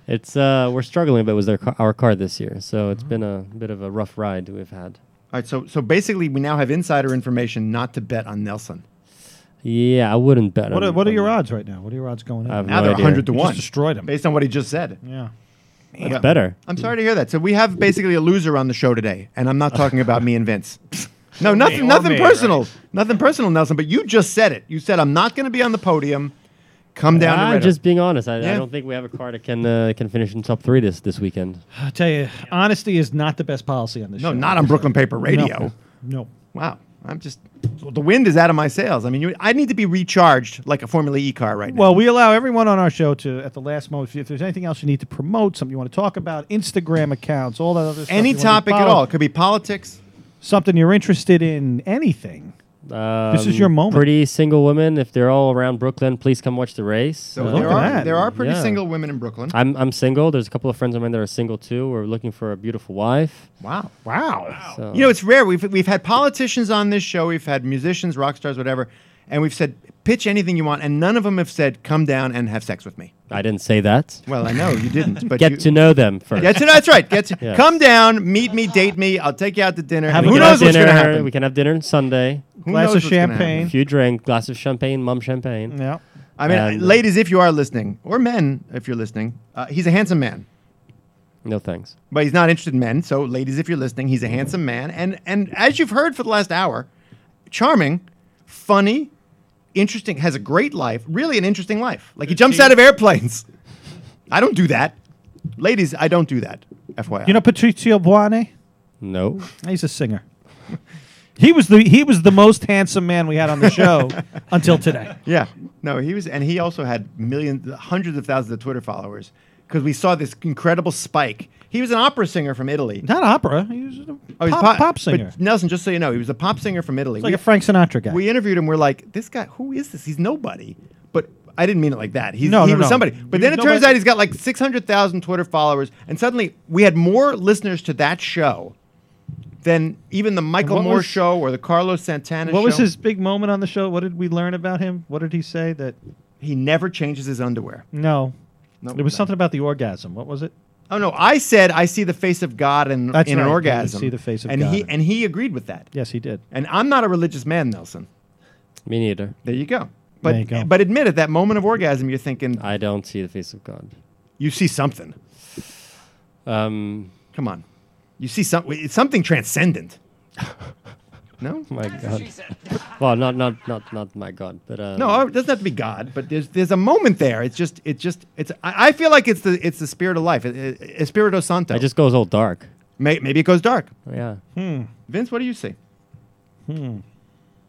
Speaker 3: It's uh, we're struggling, but it was their car, our car this year, so it's been a bit of a rough ride we've had.
Speaker 1: All right, so so basically we now have insider information not to bet on Nelson.
Speaker 3: Yeah, I wouldn't bet.
Speaker 2: What
Speaker 3: on-
Speaker 2: are, what are
Speaker 3: on-
Speaker 2: your odds right now? What are your odds going in?
Speaker 3: I have
Speaker 1: Now
Speaker 3: no
Speaker 1: they're
Speaker 3: idea.
Speaker 1: 100 to
Speaker 2: You just
Speaker 1: one.
Speaker 2: destroyed him.
Speaker 1: based on what he just said.
Speaker 2: yeah.
Speaker 1: That's
Speaker 3: better.
Speaker 1: I'm sorry to hear that. So we have basically a loser on the show today, and I'm not talking about me and Vince. No, nothing,
Speaker 4: or
Speaker 1: nothing
Speaker 4: me,
Speaker 1: personal, nothing personal, Nelson. But you just said it. You said I'm not going to be on the podium. Come down to
Speaker 3: I'm
Speaker 1: Red
Speaker 3: Ah, just being honest. I, I
Speaker 1: Yeah.
Speaker 3: don't think we have a car that can uh, can finish in top three this this weekend.
Speaker 2: I tell you, honesty is not the best policy on this.
Speaker 1: Hook. No,
Speaker 2: show.
Speaker 1: not on Brooklyn Paper
Speaker 2: No.
Speaker 1: Radio.
Speaker 2: No.
Speaker 1: Wow, I'm just the wind is out of my sails. I mean, you, I need to be recharged like a Formula E car right now.
Speaker 2: Well, we allow everyone on our show to, at the last moment, if, if there's anything else you need to promote, something you want to talk about, Instagram accounts, all that other stuff.
Speaker 1: any
Speaker 2: you wanna be
Speaker 1: topic at
Speaker 2: followed,
Speaker 1: all. It could be politics.
Speaker 2: Something you're interested in, anything.
Speaker 3: Um,
Speaker 2: is your moment.
Speaker 3: Pretty single women, if they're all around Brooklyn, please come watch the race.
Speaker 1: So
Speaker 3: Uh,
Speaker 2: look
Speaker 1: there
Speaker 2: at
Speaker 1: are
Speaker 2: that.
Speaker 1: there are pretty
Speaker 3: Yeah.
Speaker 1: single women in Brooklyn.
Speaker 3: I'm I'm single. There's a couple of friends of mine that are single too. We're looking for a beautiful wife.
Speaker 1: Wow.
Speaker 2: Wow.
Speaker 3: So
Speaker 1: You know, it's rare. We've we've had politicians on this show. We've had musicians, rock stars, whatever, and we've said pitch anything you want, and none of them have said come down and have sex with me.
Speaker 3: I didn't say that.
Speaker 1: Well, I know you didn't, but
Speaker 3: Get
Speaker 1: you,
Speaker 3: to know them first.
Speaker 1: Get to that's right. Get to
Speaker 3: Yeah.
Speaker 1: come down, meet me, date me. I'll take you out to dinner.
Speaker 2: Have
Speaker 1: and
Speaker 2: a
Speaker 1: who
Speaker 2: good
Speaker 1: knows what's
Speaker 3: dinner.
Speaker 1: gonna happen?
Speaker 3: We can have dinner on Sunday.
Speaker 1: Who
Speaker 2: Glass
Speaker 1: knows
Speaker 2: of
Speaker 1: what's gonna happen?
Speaker 3: A
Speaker 2: champagne.
Speaker 3: few drink, glass of champagne, mum champagne.
Speaker 2: Yeah.
Speaker 1: I mean,
Speaker 3: And-
Speaker 1: ladies, if you are listening, or men, if you're listening, uh, he's a handsome man.
Speaker 3: No thanks.
Speaker 1: but he's not interested in men. So, ladies, if you're listening, he's a handsome man, and and as you've heard for the last hour, charming, funny, interesting, has a great life. Really, an interesting life. Like he jumps out of airplanes. I don't do that, ladies. I don't do that. FYI,
Speaker 2: You know Patrizio Buone?
Speaker 3: No.
Speaker 2: He's a singer. He was the he was the most handsome man we had on the show until today.
Speaker 1: Yeah. No, he was, and he also had millions, hundreds of thousands of Twitter followers because we saw this incredible spike. He was an opera singer from Italy.
Speaker 2: Not opera. He was a
Speaker 1: Oh, he's
Speaker 2: pop,
Speaker 1: po-
Speaker 2: pop singer.
Speaker 1: But Nelson, just so you know, he was a pop singer from Italy.
Speaker 2: like
Speaker 1: We-
Speaker 2: a Frank Sinatra guy.
Speaker 1: we interviewed him. We're like, this guy, who is this? He's nobody. But I didn't mean it like that. He's,
Speaker 2: No,
Speaker 1: he
Speaker 2: no,
Speaker 1: was
Speaker 2: no.
Speaker 1: somebody. But
Speaker 2: He
Speaker 1: then it
Speaker 2: was
Speaker 1: turns
Speaker 2: nobody-
Speaker 1: out he's got like 600,000 Twitter followers. And suddenly we had more listeners to that show than even the Michael
Speaker 2: what
Speaker 1: Moore
Speaker 2: was-
Speaker 1: show or the Carlos Santana show.
Speaker 2: what was his big moment on the show? What did we learn about him? What did he say that
Speaker 1: He never changes his underwear.
Speaker 2: no.
Speaker 1: No,
Speaker 2: There was
Speaker 1: no.
Speaker 2: something about the orgasm. What was it?
Speaker 1: Oh, no. I said, I see the face of God in,
Speaker 2: That's
Speaker 1: in an
Speaker 2: right. You
Speaker 1: orgasm.
Speaker 2: see the face of
Speaker 1: and
Speaker 2: God
Speaker 1: He,
Speaker 2: in-
Speaker 1: and he agreed with that.
Speaker 2: Yes, he did.
Speaker 1: And I'm not a religious man, Nelson.
Speaker 3: Me neither.
Speaker 1: There you go. But,
Speaker 2: There you go.
Speaker 1: but admit it, that moment of orgasm, you're thinking,
Speaker 3: I don't see the face of God.
Speaker 1: you see something.
Speaker 3: Um,
Speaker 1: Come on. You see something. It's something transcendent. No?
Speaker 3: my God. well, not not not not my God, but um,
Speaker 1: No, it doesn't have to be God, but there's there's a moment there. It's just it's just it's. I, I feel like it's the it's the spirit of life, it, it- Espirito Santo.
Speaker 3: I just goes all dark.
Speaker 1: May, maybe it goes dark.
Speaker 3: Yeah.
Speaker 1: Hmm. Vince, what do you see? Hmm.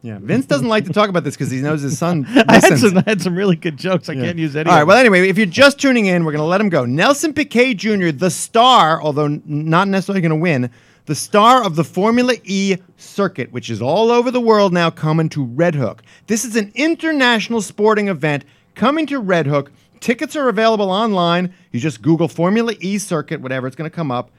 Speaker 1: Yeah, Vince doesn't like to talk about this because he knows his son.
Speaker 2: I had,
Speaker 1: listens.
Speaker 2: some, I had some really good jokes. I can't use any.
Speaker 1: All right.
Speaker 2: of
Speaker 1: Well,
Speaker 2: them.
Speaker 1: anyway, if you're just tuning in, we're going to let him go. Nelson Piquet Jr., the star, although n- not necessarily going to win, the star of the Formula E circuit, which is all over the world now, coming to Red Hook. This is an international sporting event coming to Red Hook. Tickets are available online. You just Google Formula E circuit, whatever, it's going to come up.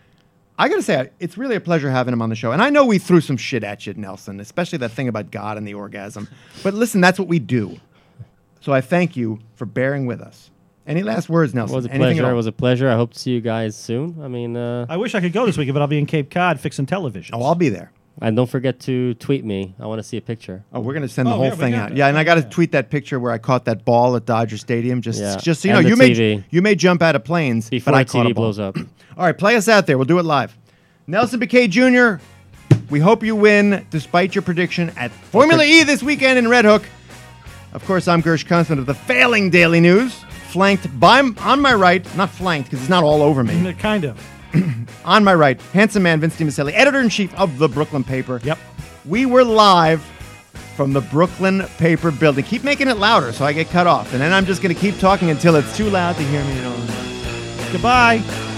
Speaker 1: I got to say, it's really a pleasure having him on the show. And I know we threw some shit at you, Nelson, especially that thing about God and the orgasm. But listen, that's what we do. So I thank you for bearing with us. Any last words,
Speaker 3: It
Speaker 1: Nelson?
Speaker 3: was a
Speaker 1: Anything at
Speaker 3: pleasure. It
Speaker 1: all?
Speaker 3: was a pleasure. I hope to see you guys soon. I mean, uh,
Speaker 2: I wish I could go this weekend, but I'll be in Cape Cod fixing television.
Speaker 1: oh, I'll be there.
Speaker 3: and don't forget to tweet me. I want to see a picture.
Speaker 1: Oh, we're gonna send the
Speaker 2: Oh,
Speaker 1: whole
Speaker 2: yeah, we
Speaker 1: thing
Speaker 2: got
Speaker 1: out.
Speaker 2: that.
Speaker 1: Yeah, and I got to tweet that picture where I caught that ball at Dodger Stadium. Just,
Speaker 3: Yeah,
Speaker 1: just so you know,
Speaker 3: and the
Speaker 1: you may
Speaker 3: TV.
Speaker 1: you may jump out of planes,
Speaker 3: Before
Speaker 1: but I caught a
Speaker 3: TV
Speaker 1: ball.
Speaker 3: blows up.
Speaker 1: All right, play us out there. We'll do it live. Nelson Piquet Jr. We hope you win despite your prediction at Formula E this weekend in Red Hook. Of course, I'm Gersh Constant of the failing Daily News, flanked by on my right, not flanked because it's not all over me.
Speaker 2: Kind of.
Speaker 1: On my right, handsome man Vince DiMaselli, editor in chief of the Brooklyn Paper.
Speaker 2: Yep.
Speaker 1: We were live from the Brooklyn Paper building. Keep making it louder so I get cut off, and then I'm just going to keep talking until it's too loud to hear me. at all.
Speaker 2: Goodbye.